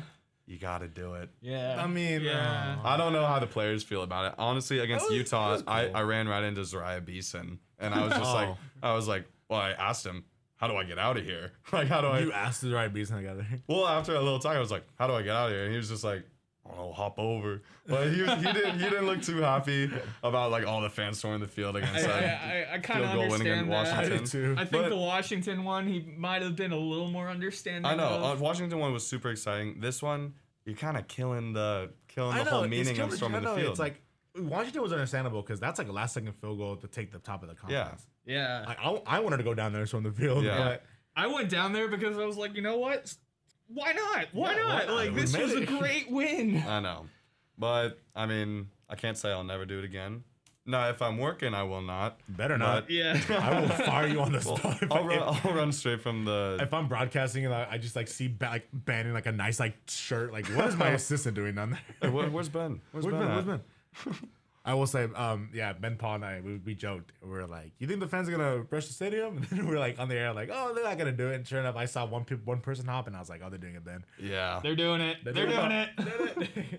[SPEAKER 1] you got to do it.
[SPEAKER 2] Yeah.
[SPEAKER 3] I mean,
[SPEAKER 2] Yeah.
[SPEAKER 3] uh,
[SPEAKER 1] I don't know how the players feel about it. Honestly, against
[SPEAKER 3] was- Oh, that
[SPEAKER 1] Utah,
[SPEAKER 3] was
[SPEAKER 1] I,
[SPEAKER 3] cool.
[SPEAKER 1] I ran right into Zariah Beeson, and I was just
[SPEAKER 3] Oh.
[SPEAKER 1] like, I was like, well, I asked him, how do I get out of here? Like, how do I?
[SPEAKER 3] you asked the right reason I got there.
[SPEAKER 1] Well, after a little time, I was like, "How do I get out of here?" And he was just like, "I don't know, hop over." But he was, he didn't he didn't look too happy about like all the fans storming the field
[SPEAKER 2] I,
[SPEAKER 1] against
[SPEAKER 2] I,
[SPEAKER 1] like
[SPEAKER 2] I, I kind of
[SPEAKER 1] field goal winning
[SPEAKER 2] understand
[SPEAKER 1] against
[SPEAKER 2] that.
[SPEAKER 3] I
[SPEAKER 1] Washington.
[SPEAKER 3] did too.
[SPEAKER 2] I think
[SPEAKER 1] But-
[SPEAKER 2] the Washington one, he might have been a little more understanding.
[SPEAKER 1] I know uh,
[SPEAKER 2] of.
[SPEAKER 1] Washington one was super exciting. This one, you're kind of killing the killing the
[SPEAKER 3] I know,
[SPEAKER 1] whole
[SPEAKER 3] it's
[SPEAKER 1] meaning of
[SPEAKER 3] kinda-
[SPEAKER 1] storming
[SPEAKER 3] I know,
[SPEAKER 1] the field.
[SPEAKER 3] It's like Washington was understandable because that's like a last second field goal to take the top of the conference.
[SPEAKER 2] yeah.
[SPEAKER 3] Like, I, I wanted to go down there and storm the field.
[SPEAKER 1] Yeah.
[SPEAKER 3] But
[SPEAKER 2] I went down there because I was like, you know what? Why not? Why
[SPEAKER 3] Yeah, why
[SPEAKER 2] not?
[SPEAKER 3] not?
[SPEAKER 2] Like
[SPEAKER 3] We
[SPEAKER 2] this
[SPEAKER 3] made
[SPEAKER 2] was a
[SPEAKER 3] it.
[SPEAKER 2] great win.
[SPEAKER 1] I know, but I mean, I can't say I'll never do it again. Now, if I'm working, I will not.
[SPEAKER 3] Better not.
[SPEAKER 1] But-
[SPEAKER 2] Yeah.
[SPEAKER 3] I will fire you on the
[SPEAKER 1] Well,
[SPEAKER 3] spot. If,
[SPEAKER 1] I'll,
[SPEAKER 3] I,
[SPEAKER 1] run, I'll run straight from the.
[SPEAKER 3] if I'm broadcasting and I I just like see ba- like Ben in like a nice like shirt, like what is my assistant doing down
[SPEAKER 1] Hey,
[SPEAKER 3] there?
[SPEAKER 1] where- where's Ben? Where's,
[SPEAKER 3] Where's
[SPEAKER 1] ben?
[SPEAKER 3] Ben?
[SPEAKER 1] at?
[SPEAKER 3] Where's Ben? I will say, um, yeah, Ben Paul and I, we, we joked. We were like, "You think the fans are gonna rush the stadium?" And then we are like on the air, like, "Oh, they're not gonna do it." And sure enough, I saw one pe- one person hop, and I was like, "Oh, they're doing it then."
[SPEAKER 1] Yeah.
[SPEAKER 4] They're doing it. They're, doing it.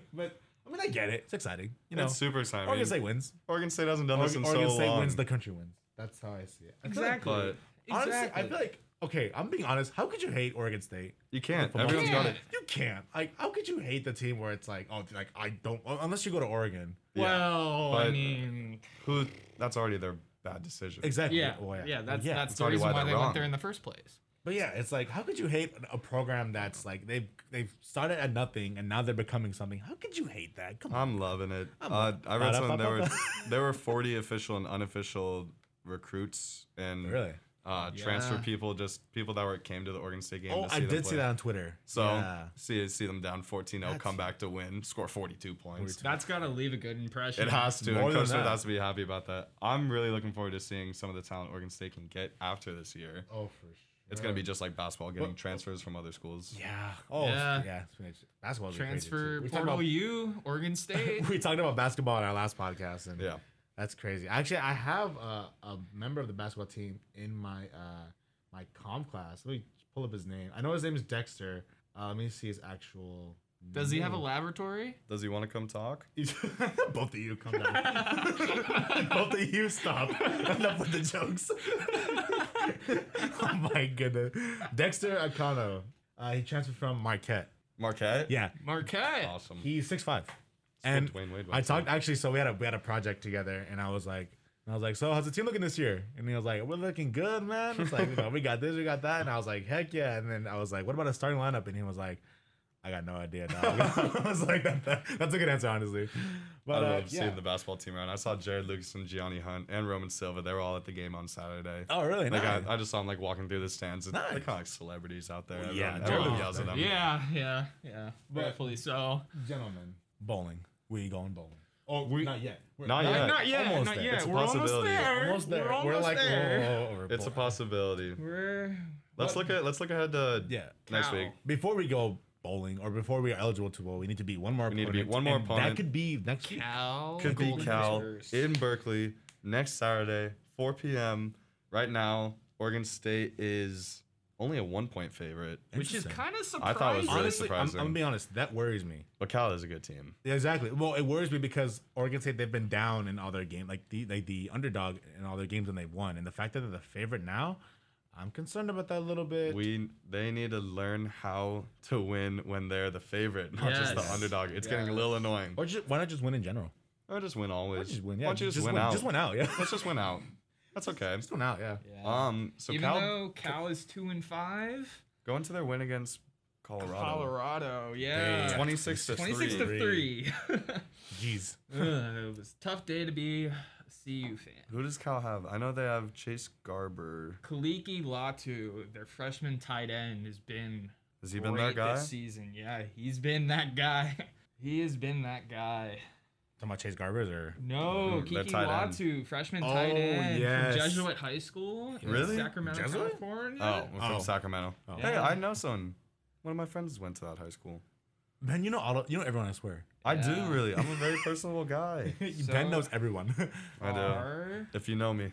[SPEAKER 3] but I mean, I get it. It's exciting, you know.
[SPEAKER 1] It's super exciting.
[SPEAKER 3] Oregon State wins.
[SPEAKER 1] Oregon State hasn't done this
[SPEAKER 3] Oregon,
[SPEAKER 1] in so
[SPEAKER 3] Oregon State
[SPEAKER 1] long.
[SPEAKER 3] wins. The country wins. That's how I see it. I feel like-
[SPEAKER 2] exactly.
[SPEAKER 1] But-
[SPEAKER 3] Honestly,
[SPEAKER 2] exactly.
[SPEAKER 3] I feel like okay. I'm being honest. How could you hate Oregon State?
[SPEAKER 1] you can't.
[SPEAKER 3] Football.
[SPEAKER 1] Everyone's got
[SPEAKER 4] Yeah.
[SPEAKER 1] it.
[SPEAKER 3] You can't. Like, how could you hate the team where it's like, oh, like I don't unless you go to Oregon.
[SPEAKER 1] Yeah.
[SPEAKER 2] well, I
[SPEAKER 1] But-
[SPEAKER 2] mean,
[SPEAKER 1] Who? That's already their bad decision.
[SPEAKER 3] Exactly.
[SPEAKER 2] yeah,
[SPEAKER 3] Well,
[SPEAKER 2] yeah, that's
[SPEAKER 3] yeah.
[SPEAKER 4] That's
[SPEAKER 1] That's
[SPEAKER 4] the
[SPEAKER 1] already
[SPEAKER 4] reason
[SPEAKER 1] why
[SPEAKER 4] why,
[SPEAKER 1] they're
[SPEAKER 4] they
[SPEAKER 1] wrong.
[SPEAKER 4] went there in the first place.
[SPEAKER 3] But yeah, it's like, how could you hate a program
[SPEAKER 1] Mm-hmm.
[SPEAKER 3] that's like they've they've started at nothing and now they're becoming something? How could you hate that? Come on.
[SPEAKER 1] I'm loving it.
[SPEAKER 3] I'm
[SPEAKER 1] uh, I read
[SPEAKER 3] Ba-da-ba-ba-ba.
[SPEAKER 1] something. There were there were 40 official and unofficial recruits and
[SPEAKER 3] Really?
[SPEAKER 1] uh, transfer
[SPEAKER 2] Yeah.
[SPEAKER 1] people, just people that were came to the Oregon State game.
[SPEAKER 3] Oh,
[SPEAKER 1] to see
[SPEAKER 3] I
[SPEAKER 1] them
[SPEAKER 3] did see
[SPEAKER 1] play.
[SPEAKER 3] that on Twitter.
[SPEAKER 1] So
[SPEAKER 3] Yeah.
[SPEAKER 1] see see them down 14-0,
[SPEAKER 3] That's-
[SPEAKER 1] come back to win, score 42 points.
[SPEAKER 2] that's gotta leave a good impression.
[SPEAKER 1] It has to.
[SPEAKER 3] More
[SPEAKER 1] and
[SPEAKER 3] than
[SPEAKER 1] Coach Smith
[SPEAKER 3] that.
[SPEAKER 1] has to be happy about that. I'm really looking forward to seeing some of the talent Oregon State can get after this year.
[SPEAKER 3] Oh, for sure.
[SPEAKER 1] It's going to be just like basketball, getting transfers from other schools.
[SPEAKER 3] Yeah. Oh, yeah.
[SPEAKER 4] Yeah.
[SPEAKER 3] yeah. it's been- Basketball. would be crazy,
[SPEAKER 4] Transfer
[SPEAKER 3] too. We talked
[SPEAKER 4] portal
[SPEAKER 3] about-
[SPEAKER 4] U, Oregon State.
[SPEAKER 3] we talked about basketball in our last podcast, and
[SPEAKER 1] Yeah.
[SPEAKER 3] that's crazy. Actually, I have a, a member of the basketball team in my uh, my comp class. Let me pull up his name. I know his name is Dexter. Uh, let me see his actual.
[SPEAKER 4] Does he have a laboratory?
[SPEAKER 1] Does he want to come talk?
[SPEAKER 3] Both of you come down. Both of you stop. Enough with the jokes. oh my goodness, Dexter Akano. Uh, he transferred from Marquette.
[SPEAKER 1] Marquette?
[SPEAKER 3] Yeah,
[SPEAKER 4] Marquette.
[SPEAKER 1] Awesome.
[SPEAKER 3] he's six five.
[SPEAKER 1] That's
[SPEAKER 3] And
[SPEAKER 1] what Dwayne Wade
[SPEAKER 3] I
[SPEAKER 1] was.
[SPEAKER 3] talked actually. So we had a we had a project together, and I was like, and I was like, so how's the team looking this year? And he was like, we're looking good, man. It's like you know, we got this, we got that, and I was like, heck yeah. And then I was like, what about a starting lineup? And he was like, I got no idea. Dog. I was like, that, that- that's a good answer, honestly.
[SPEAKER 1] I
[SPEAKER 3] But uh,
[SPEAKER 1] love
[SPEAKER 3] yeah.
[SPEAKER 1] seeing the basketball team around. I saw Jared Lucas and Gianni Hunt and Roman Silva. They were all at the game on Saturday.
[SPEAKER 3] oh really?
[SPEAKER 1] Like
[SPEAKER 3] Nice.
[SPEAKER 1] I, I just saw them like walking through the stands. It's, They're
[SPEAKER 3] Nice.
[SPEAKER 1] kind of like celebrities out there.
[SPEAKER 3] Well, yeah,
[SPEAKER 1] everyone, everyone
[SPEAKER 4] totally.
[SPEAKER 1] yells at them.
[SPEAKER 4] Yeah, yeah, yeah.
[SPEAKER 3] But-
[SPEAKER 4] Rightfully so.
[SPEAKER 3] gentlemen, bowling. We going bowling? Oh,
[SPEAKER 1] We-
[SPEAKER 3] not yet. We're,
[SPEAKER 1] Not yet.
[SPEAKER 4] Not yet.
[SPEAKER 3] Almost
[SPEAKER 4] not
[SPEAKER 3] there.
[SPEAKER 4] yet.
[SPEAKER 1] It's a
[SPEAKER 4] We're almost
[SPEAKER 1] possibility.
[SPEAKER 4] there.
[SPEAKER 3] Almost there.
[SPEAKER 4] We're almost
[SPEAKER 3] like
[SPEAKER 4] there.
[SPEAKER 3] whoa, whoa, whoa,
[SPEAKER 1] It's a
[SPEAKER 3] bowl.
[SPEAKER 1] possibility.
[SPEAKER 4] We're
[SPEAKER 1] Let's look at let's look ahead to
[SPEAKER 3] Yeah.
[SPEAKER 1] next
[SPEAKER 4] Cow.
[SPEAKER 1] week.
[SPEAKER 3] before we go bowling or before we are eligible to bowl, we need to beat one more.
[SPEAKER 1] We need to beat one more
[SPEAKER 3] and That
[SPEAKER 1] opponent.
[SPEAKER 3] could be next week.
[SPEAKER 4] Cal.
[SPEAKER 1] could be
[SPEAKER 4] Golden
[SPEAKER 1] Cal
[SPEAKER 4] Bears.
[SPEAKER 1] in Berkeley next Saturday, 4 p.m. Right now, Oregon State is only a one point favorite,
[SPEAKER 4] which is
[SPEAKER 3] Interesting.
[SPEAKER 4] kind of surprising.
[SPEAKER 1] I thought it was really
[SPEAKER 3] honestly. I'm, I'm
[SPEAKER 1] surprising.
[SPEAKER 3] gonna be honest. That worries me.
[SPEAKER 1] but Cal is a good team.
[SPEAKER 3] Yeah, exactly. Well, it worries me because Oregon State they've been down in all their games, like the like the underdog in all their games, and they've won. And the fact that they're the favorite now, I'm concerned about that a little bit.
[SPEAKER 1] We they need to learn how to win when they're the favorite, not just
[SPEAKER 4] Yes.
[SPEAKER 1] the underdog. It's getting a
[SPEAKER 2] Yes.
[SPEAKER 1] little annoying.
[SPEAKER 3] or just why not just win in general?
[SPEAKER 1] Or just win always.
[SPEAKER 3] Why not just win? Yeah,
[SPEAKER 1] Why don't you just, win, out?
[SPEAKER 3] Just win out. Yeah,
[SPEAKER 1] Let's just win out. That's okay.
[SPEAKER 3] just win out. Yeah.
[SPEAKER 2] Yeah.
[SPEAKER 1] Um, so
[SPEAKER 4] Even
[SPEAKER 1] Cal
[SPEAKER 4] though Cal is two and five,
[SPEAKER 1] going to their win against Colorado,
[SPEAKER 4] Colorado, yeah,
[SPEAKER 3] Damn.
[SPEAKER 1] 26 to
[SPEAKER 4] 26
[SPEAKER 1] three.
[SPEAKER 4] to three.
[SPEAKER 3] Jeez.
[SPEAKER 4] Ugh, it was a tough day to be a CU fan.
[SPEAKER 1] Who does Cal have? I know they have Chase Garber.
[SPEAKER 4] Kaliki Latu, their freshman tight end, has been
[SPEAKER 1] Has he been
[SPEAKER 4] great
[SPEAKER 1] that guy?
[SPEAKER 4] this season. Yeah, he's been that guy. he has been that guy.
[SPEAKER 3] Talking about Chase Garbers or
[SPEAKER 4] No,
[SPEAKER 1] Mm, that
[SPEAKER 4] Kiki
[SPEAKER 1] tight end.
[SPEAKER 4] Latu, freshman
[SPEAKER 3] Oh,
[SPEAKER 4] tight end
[SPEAKER 3] yes.
[SPEAKER 4] from Jesuit High School in
[SPEAKER 1] Really?
[SPEAKER 4] Sacramento,
[SPEAKER 3] Jesuit?
[SPEAKER 4] California.
[SPEAKER 1] Oh, we're from
[SPEAKER 3] Oh.
[SPEAKER 1] Sacramento.
[SPEAKER 3] Oh.
[SPEAKER 1] Hey,
[SPEAKER 4] Yeah.
[SPEAKER 1] I know someone. One of my friends went to that high school.
[SPEAKER 3] man, you know all of, you know everyone. I swear,
[SPEAKER 1] I
[SPEAKER 4] Yeah.
[SPEAKER 1] do really. I'm a very personal guy.
[SPEAKER 3] Ben
[SPEAKER 4] So-
[SPEAKER 3] knows everyone.
[SPEAKER 1] I do.
[SPEAKER 4] Are-
[SPEAKER 1] If you know me,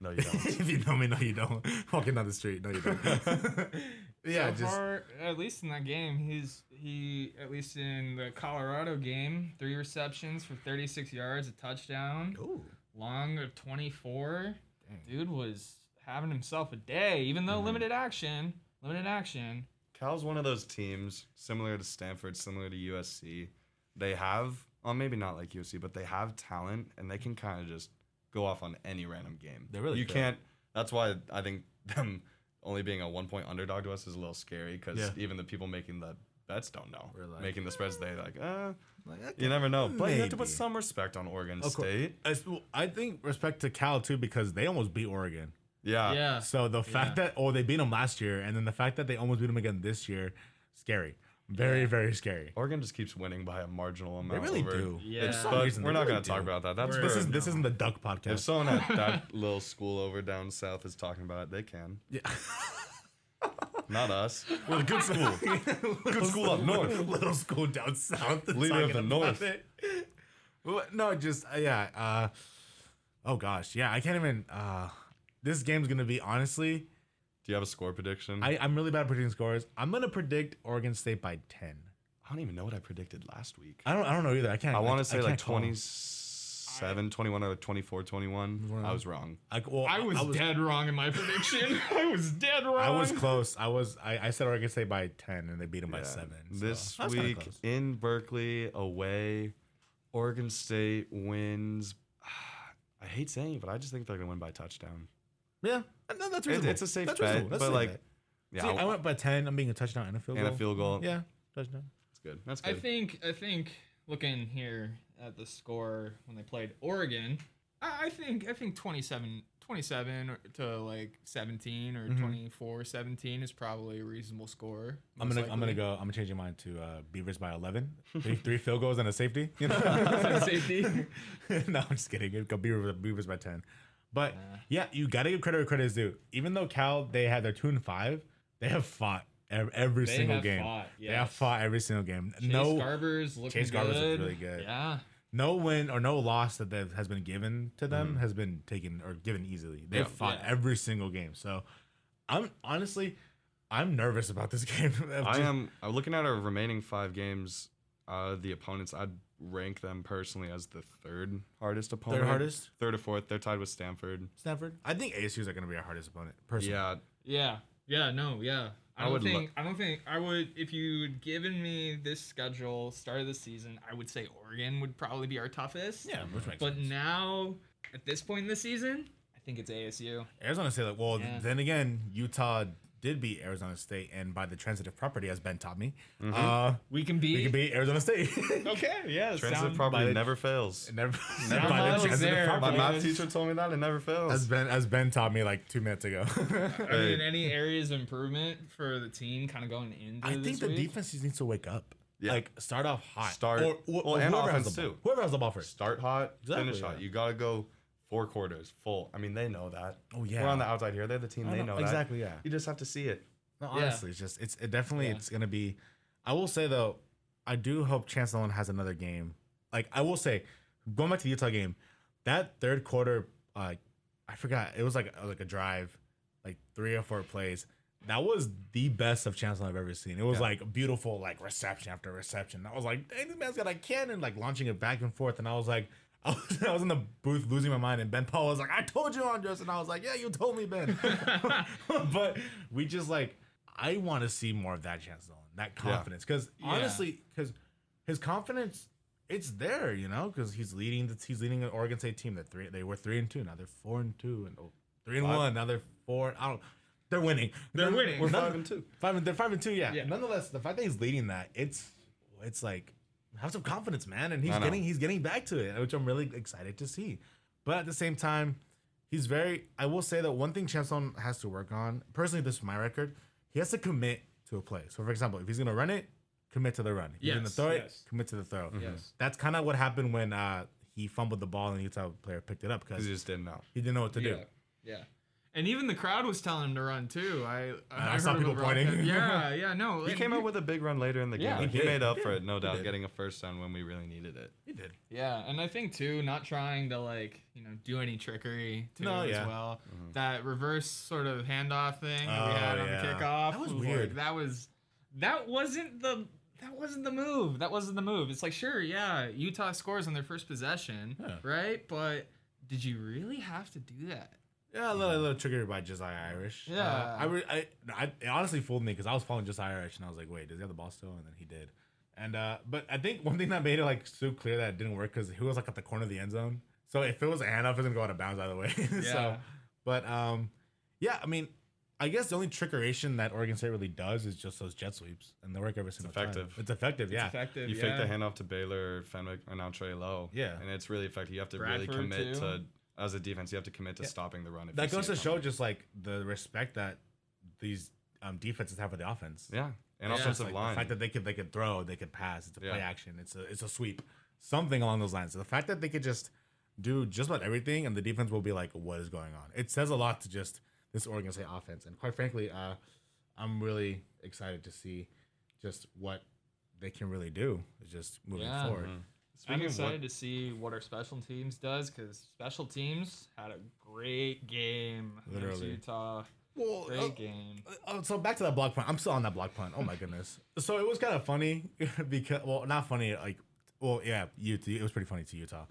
[SPEAKER 1] no, you don't.
[SPEAKER 3] if you know me, no, you don't. Walking down the street, no, you don't. yeah,
[SPEAKER 4] so
[SPEAKER 3] just
[SPEAKER 4] far, at least in that game, he's he at least in the Colorado game, three receptions for 36 yards, a touchdown,
[SPEAKER 3] ooh,
[SPEAKER 4] long of 24.
[SPEAKER 3] Dang. Mm-hmm.
[SPEAKER 4] Dude was having himself a day, even though limited action, limited action.
[SPEAKER 1] Cal's one of those teams similar to Stanford, similar to USC. They have, well, maybe not like USC, but they have talent and they can kind of just go off on any random game.
[SPEAKER 3] They really
[SPEAKER 1] you
[SPEAKER 3] could.
[SPEAKER 1] can't. That's why I think them only being a one point underdog to us is a little scary because
[SPEAKER 3] Yeah.
[SPEAKER 1] even the people making the bets don't know.
[SPEAKER 3] We're like-
[SPEAKER 1] making the spreads, they like, uh,
[SPEAKER 3] like, okay.
[SPEAKER 1] you never know. But you have to put
[SPEAKER 3] Maybe.
[SPEAKER 1] some respect on Oregon
[SPEAKER 3] Of course.
[SPEAKER 1] State.
[SPEAKER 3] I s- well, I think respect to Cal too because they almost beat Oregon. Uh,
[SPEAKER 1] Yeah.
[SPEAKER 4] yeah.
[SPEAKER 3] So the fact that oh they beat them last year, and then the fact that they almost beat them again this year, scary. Very, very scary.
[SPEAKER 1] Oregon just keeps winning by a marginal amount.
[SPEAKER 3] really
[SPEAKER 1] over-
[SPEAKER 3] do.
[SPEAKER 2] Yeah.
[SPEAKER 1] It's-
[SPEAKER 2] For some
[SPEAKER 1] but
[SPEAKER 3] reason,
[SPEAKER 1] we're
[SPEAKER 3] they
[SPEAKER 1] not
[SPEAKER 3] really
[SPEAKER 1] gonna talk
[SPEAKER 3] do.
[SPEAKER 1] about that. That's
[SPEAKER 2] We're-
[SPEAKER 1] for,
[SPEAKER 3] This is this
[SPEAKER 2] no.
[SPEAKER 3] isn't the Duck podcast.
[SPEAKER 1] if someone at that little school over down south is talking about it, they can.
[SPEAKER 3] Yeah.
[SPEAKER 1] Not us.
[SPEAKER 3] Well, good school. good
[SPEAKER 1] school up north.
[SPEAKER 3] Little school down south. that's
[SPEAKER 1] Leader of
[SPEAKER 3] talking
[SPEAKER 1] the
[SPEAKER 3] about
[SPEAKER 1] north.
[SPEAKER 3] it. Well, No, just uh, yeah. Uh, oh gosh, yeah. I can't even. Uh, this game's gonna be honestly.
[SPEAKER 1] Do you have a score prediction?
[SPEAKER 3] I, I'm really bad at predicting scores. I'm gonna predict Oregon State by ten.
[SPEAKER 1] I don't even know what I predicted last week.
[SPEAKER 3] I don't. I don't know either. I can't.
[SPEAKER 1] I want to
[SPEAKER 3] I
[SPEAKER 1] say like
[SPEAKER 3] can't call.
[SPEAKER 1] 27, 21 or 24, 21. I was wrong.
[SPEAKER 3] I, well,
[SPEAKER 2] I was, dead wrong in my prediction. I was dead wrong.
[SPEAKER 3] I was close. I was. I, I said Oregon State by ten, and they beat them by
[SPEAKER 1] Yeah.
[SPEAKER 3] seven. so
[SPEAKER 1] This
[SPEAKER 3] that's kinda
[SPEAKER 1] week
[SPEAKER 3] close.
[SPEAKER 1] in Berkeley, away, Oregon State wins. I hate saying it, but I just think they're going to win by a touchdown.
[SPEAKER 3] Yeah, no, that's
[SPEAKER 1] It-
[SPEAKER 3] reasonable.
[SPEAKER 1] it's a safe
[SPEAKER 3] that's
[SPEAKER 1] bet,
[SPEAKER 3] reasonable. That's a
[SPEAKER 1] but like,
[SPEAKER 3] safe bet.
[SPEAKER 1] yeah,
[SPEAKER 3] See,
[SPEAKER 1] I-
[SPEAKER 3] I went by ten. I'm being a touchdown and a field
[SPEAKER 1] and
[SPEAKER 3] goal.
[SPEAKER 1] a field goal.
[SPEAKER 3] Yeah, touchdown.
[SPEAKER 1] That's good. That's
[SPEAKER 2] I
[SPEAKER 1] good.
[SPEAKER 2] think I think looking here at the score when they played Oregon, I, I think I think 27, 27 to like seventeen or
[SPEAKER 3] Mhm.
[SPEAKER 2] 24, 17 is probably a reasonable score.
[SPEAKER 3] I'm
[SPEAKER 2] most
[SPEAKER 3] gonna I'm gonna
[SPEAKER 2] likely.
[SPEAKER 3] go. I'm gonna change your mind to uh, Beavers by 11. Three, three field goals and a safety. You know?
[SPEAKER 2] Send safety.
[SPEAKER 3] no, I'm just kidding. It'd Go Beavers, Beavers by 10. But yeah, you gotta give credit where credit is due. Even though Cal they had their two and five, they have fought ev- every
[SPEAKER 2] They
[SPEAKER 3] single
[SPEAKER 2] have
[SPEAKER 3] game.
[SPEAKER 2] fought,
[SPEAKER 3] They have
[SPEAKER 2] yes.
[SPEAKER 3] fought every single game.
[SPEAKER 2] Chase
[SPEAKER 3] no,
[SPEAKER 2] Garbers looking
[SPEAKER 3] Chase Garbers looked
[SPEAKER 2] good.
[SPEAKER 3] really good.
[SPEAKER 2] Yeah.
[SPEAKER 3] no win or no loss that that has been given to them
[SPEAKER 1] Mm-hmm.
[SPEAKER 3] has been taken or given easily. They've
[SPEAKER 1] Yeah.
[SPEAKER 3] fought
[SPEAKER 2] Yeah.
[SPEAKER 3] every single game. So I'm honestly, I'm nervous about this game.
[SPEAKER 1] I am I'm looking at our remaining five games. Uh, the opponents, I'd rank them personally as the third hardest opponent.
[SPEAKER 3] hardest?
[SPEAKER 1] Third or fourth. They're tied with Stanford.
[SPEAKER 3] Stanford. I think ASU's are going to be our hardest opponent. Personally,
[SPEAKER 1] Yeah,
[SPEAKER 2] Yeah. Yeah. No. Yeah.
[SPEAKER 1] I
[SPEAKER 2] I don't
[SPEAKER 1] would lo-
[SPEAKER 2] think. I don't think. I would. If you'd given me this schedule, start of the season, I would say Oregon would probably be our toughest.
[SPEAKER 3] yeah, which makes
[SPEAKER 2] But
[SPEAKER 3] sense.
[SPEAKER 2] now, at this point in the season, I think it's ASU.
[SPEAKER 3] Arizona State, like, well,
[SPEAKER 2] Yeah.
[SPEAKER 3] then again, Utah did beat Arizona State, and by the transitive property, as Ben taught me,
[SPEAKER 1] Mm-hmm.
[SPEAKER 3] uh,
[SPEAKER 2] We can be.
[SPEAKER 3] we could beat Arizona State.
[SPEAKER 2] Okay. Yeah.
[SPEAKER 1] transitive
[SPEAKER 2] sound-
[SPEAKER 1] property
[SPEAKER 3] by-
[SPEAKER 1] never fails.
[SPEAKER 3] Never,
[SPEAKER 2] Sound mileage there,
[SPEAKER 1] My
[SPEAKER 2] Yes.
[SPEAKER 1] math teacher told me that it never
[SPEAKER 3] As
[SPEAKER 1] fails.
[SPEAKER 3] Ben, as Ben taught me like two minutes ago.
[SPEAKER 2] I mean, any areas of improvement for the team, kind of going into.
[SPEAKER 3] I
[SPEAKER 2] this
[SPEAKER 3] think the
[SPEAKER 2] week?
[SPEAKER 3] defense just needs to wake up.
[SPEAKER 1] Yeah.
[SPEAKER 3] Like start off hot.
[SPEAKER 1] Start-
[SPEAKER 3] Or, wh-
[SPEAKER 1] well,
[SPEAKER 3] or
[SPEAKER 1] and
[SPEAKER 3] whoever has
[SPEAKER 1] offense,
[SPEAKER 3] the ball.
[SPEAKER 1] too.
[SPEAKER 3] Whoever has the ball first.
[SPEAKER 1] Start hot,
[SPEAKER 3] Exactly,
[SPEAKER 1] finish
[SPEAKER 3] yeah.
[SPEAKER 1] hot. You gotta go four quarters full. I mean, they know that.
[SPEAKER 3] Oh, yeah.
[SPEAKER 1] we're on the outside here. They're the team.
[SPEAKER 3] I
[SPEAKER 1] They know
[SPEAKER 3] know- exactly,
[SPEAKER 1] That.
[SPEAKER 3] yeah.
[SPEAKER 1] you just have to see it.
[SPEAKER 3] No,
[SPEAKER 2] Yeah.
[SPEAKER 3] honestly, it's just it's it definitely
[SPEAKER 2] Yeah.
[SPEAKER 3] it's gonna be. I will say though, I do hope Chance Nolan has another game. Like I will say, going back to the Utah game, that third quarter, uh, I forgot it was like like a drive, like three or four plays. That was the best of Chance Nolan I've ever seen. It was
[SPEAKER 1] Yeah.
[SPEAKER 3] like beautiful, like reception after reception. I was like, dang, this man's got a cannon, like launching it back and forth. And I was like, I was, I was in the booth losing my mind, and Ben Paul was like, I told you, Andres. And I was like, yeah, you told me, Ben. but we just like, I want to see more of that Chance Nolan, that confidence. Because
[SPEAKER 2] Yeah.
[SPEAKER 3] honestly, because his confidence, it's there, you know, because he's leading the he's leading an Oregon State team that three they were three and two, now they're four and two, and oh, three and
[SPEAKER 1] Five.
[SPEAKER 3] one, now they're four. I don't. They're winning. They're
[SPEAKER 2] winning.
[SPEAKER 1] We're five and two.
[SPEAKER 3] Five and they're five and two, yeah.
[SPEAKER 2] Yeah.
[SPEAKER 3] Nonetheless, the fact that he's leading that, it's it's like have some confidence, man. And he's
[SPEAKER 1] I know.
[SPEAKER 3] getting he's getting back to it, which I'm really excited to see. But at the same time, he's very I will say that one thing Chanson has to work on, personally this is my record, he has to commit to a play. So for example, if he's gonna run it, commit to the run. If he's gonna
[SPEAKER 2] Yes,
[SPEAKER 3] throw
[SPEAKER 2] yes. Mm-hmm.
[SPEAKER 3] it, commit to the throw.
[SPEAKER 2] Yes.
[SPEAKER 3] That's kind of what happened when uh he fumbled the ball and the Utah player picked it up because
[SPEAKER 1] 'Cause you just didn't know.
[SPEAKER 3] he didn't know what to
[SPEAKER 2] Yeah.
[SPEAKER 3] do.
[SPEAKER 2] Yeah. And even the crowd was telling him to run too. I I,
[SPEAKER 3] I saw
[SPEAKER 2] heard
[SPEAKER 3] people
[SPEAKER 2] the
[SPEAKER 3] pointing.
[SPEAKER 2] broadcast. Yeah, yeah, no.
[SPEAKER 1] He
[SPEAKER 2] and
[SPEAKER 1] came
[SPEAKER 2] you-
[SPEAKER 1] out with a big run later in the
[SPEAKER 2] Yeah.
[SPEAKER 1] game. Like,
[SPEAKER 3] He
[SPEAKER 1] he,
[SPEAKER 3] did.
[SPEAKER 1] made up for
[SPEAKER 3] Yeah.
[SPEAKER 1] it, no
[SPEAKER 3] He
[SPEAKER 1] doubt,
[SPEAKER 3] did.
[SPEAKER 1] getting a first down when we really needed it.
[SPEAKER 3] He did.
[SPEAKER 2] Yeah, and I think too, not trying to like you know do any trickery too
[SPEAKER 3] No,
[SPEAKER 2] as
[SPEAKER 3] yeah.
[SPEAKER 2] well.
[SPEAKER 3] Mm-hmm.
[SPEAKER 2] That reverse sort of handoff thing that we
[SPEAKER 3] Oh,
[SPEAKER 2] had on
[SPEAKER 3] yeah.
[SPEAKER 2] the kickoff
[SPEAKER 3] That was
[SPEAKER 2] like,
[SPEAKER 3] weird.
[SPEAKER 2] that was that wasn't the that wasn't the move. That wasn't the move. It's like sure, yeah, Utah scores on their first possession,
[SPEAKER 3] Yeah.
[SPEAKER 2] right? But did you really have to do that?
[SPEAKER 3] Yeah, a little, a little triggered by Josiah Irish. Uh,
[SPEAKER 2] Yeah.
[SPEAKER 3] I, re- I, I it honestly fooled me because I was following Josiah Irish and I was like, wait, does he have the ball still? And then he did. And uh, but I think one thing that made it like so clear that it didn't work because he was like at the corner of the end zone. So if it was a handoff, it's gonna go out of bounds either way. so,
[SPEAKER 2] Yeah.
[SPEAKER 3] but um, yeah, I mean, I guess the only trickeration that Oregon State really does is just those jet sweeps, and they work every single
[SPEAKER 1] effective.
[SPEAKER 3] time. It's effective. Yeah,
[SPEAKER 2] Effective.
[SPEAKER 1] You
[SPEAKER 2] yeah.
[SPEAKER 1] fake the handoff to Baylor, Fenwick, and now Trey Lowe.
[SPEAKER 3] Yeah.
[SPEAKER 1] and it's really effective. You have to
[SPEAKER 2] Bradford,
[SPEAKER 1] really commit
[SPEAKER 2] too.
[SPEAKER 1] to as a defense. You have to commit to stopping the run. If
[SPEAKER 3] that
[SPEAKER 1] you
[SPEAKER 3] goes
[SPEAKER 1] see
[SPEAKER 3] to
[SPEAKER 1] it
[SPEAKER 3] show
[SPEAKER 1] coming.
[SPEAKER 3] just like the respect that these um, defenses have for the offense.
[SPEAKER 1] Yeah, and
[SPEAKER 2] Yeah, it's
[SPEAKER 1] offensive
[SPEAKER 3] like
[SPEAKER 1] line.
[SPEAKER 3] the fact that they could they could throw, they could pass, it's a play
[SPEAKER 1] Yeah.
[SPEAKER 3] action, it's a it's a sweep, something along those lines. So the fact that they could just do just about everything, and the defense will be like, "What is going on?" It says a lot to just this Oregon State offense, and quite frankly, uh, I'm really excited to see just what they can really do. It's just moving
[SPEAKER 2] Yeah.
[SPEAKER 3] forward.
[SPEAKER 1] Mm-hmm.
[SPEAKER 2] Speaking
[SPEAKER 4] I'm
[SPEAKER 2] of
[SPEAKER 4] excited
[SPEAKER 2] what-
[SPEAKER 4] to see what our special teams does because special teams had a great game against
[SPEAKER 3] Literally.
[SPEAKER 4] Utah.
[SPEAKER 3] Well,
[SPEAKER 4] Great
[SPEAKER 3] uh,
[SPEAKER 4] game.
[SPEAKER 3] Oh, so back to that block punt. I'm still on that block punt. Oh my goodness. So it was kind of funny because, well, not funny. Like, well, yeah, you. It was pretty funny to Utah,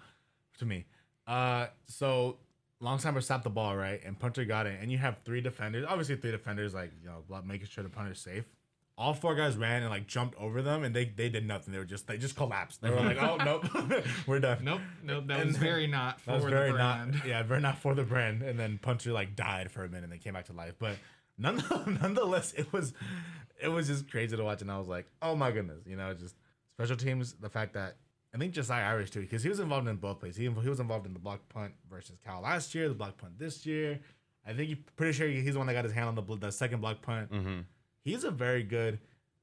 [SPEAKER 3] to me. Uh, so Longtimer stopped the ball right, and punter got it, and you have three defenders. Obviously, three defenders like you know block- making sure the punter's safe. All four guys ran and like jumped over them, and they they did nothing. They were just they just collapsed. They were like, oh nope, we're done.
[SPEAKER 2] Nope, nope. That
[SPEAKER 3] And-
[SPEAKER 2] was very not for
[SPEAKER 3] That was
[SPEAKER 2] the
[SPEAKER 3] very
[SPEAKER 2] brand.
[SPEAKER 3] not, yeah, very not for the brand. And then Puncher like died for a minute and then came back to life. But none, nonetheless, it was, it was just crazy to watch. And I was like, oh my goodness, you know, just special teams. The fact that I think Josiah Irish too, because he was involved in both plays. He, he was involved in the block punt versus Cal last year, the block punt this year. I think you pretty sure he's the one that got his hand on the bl- the second block punt
[SPEAKER 1] Mm-hmm.
[SPEAKER 3] he's a very good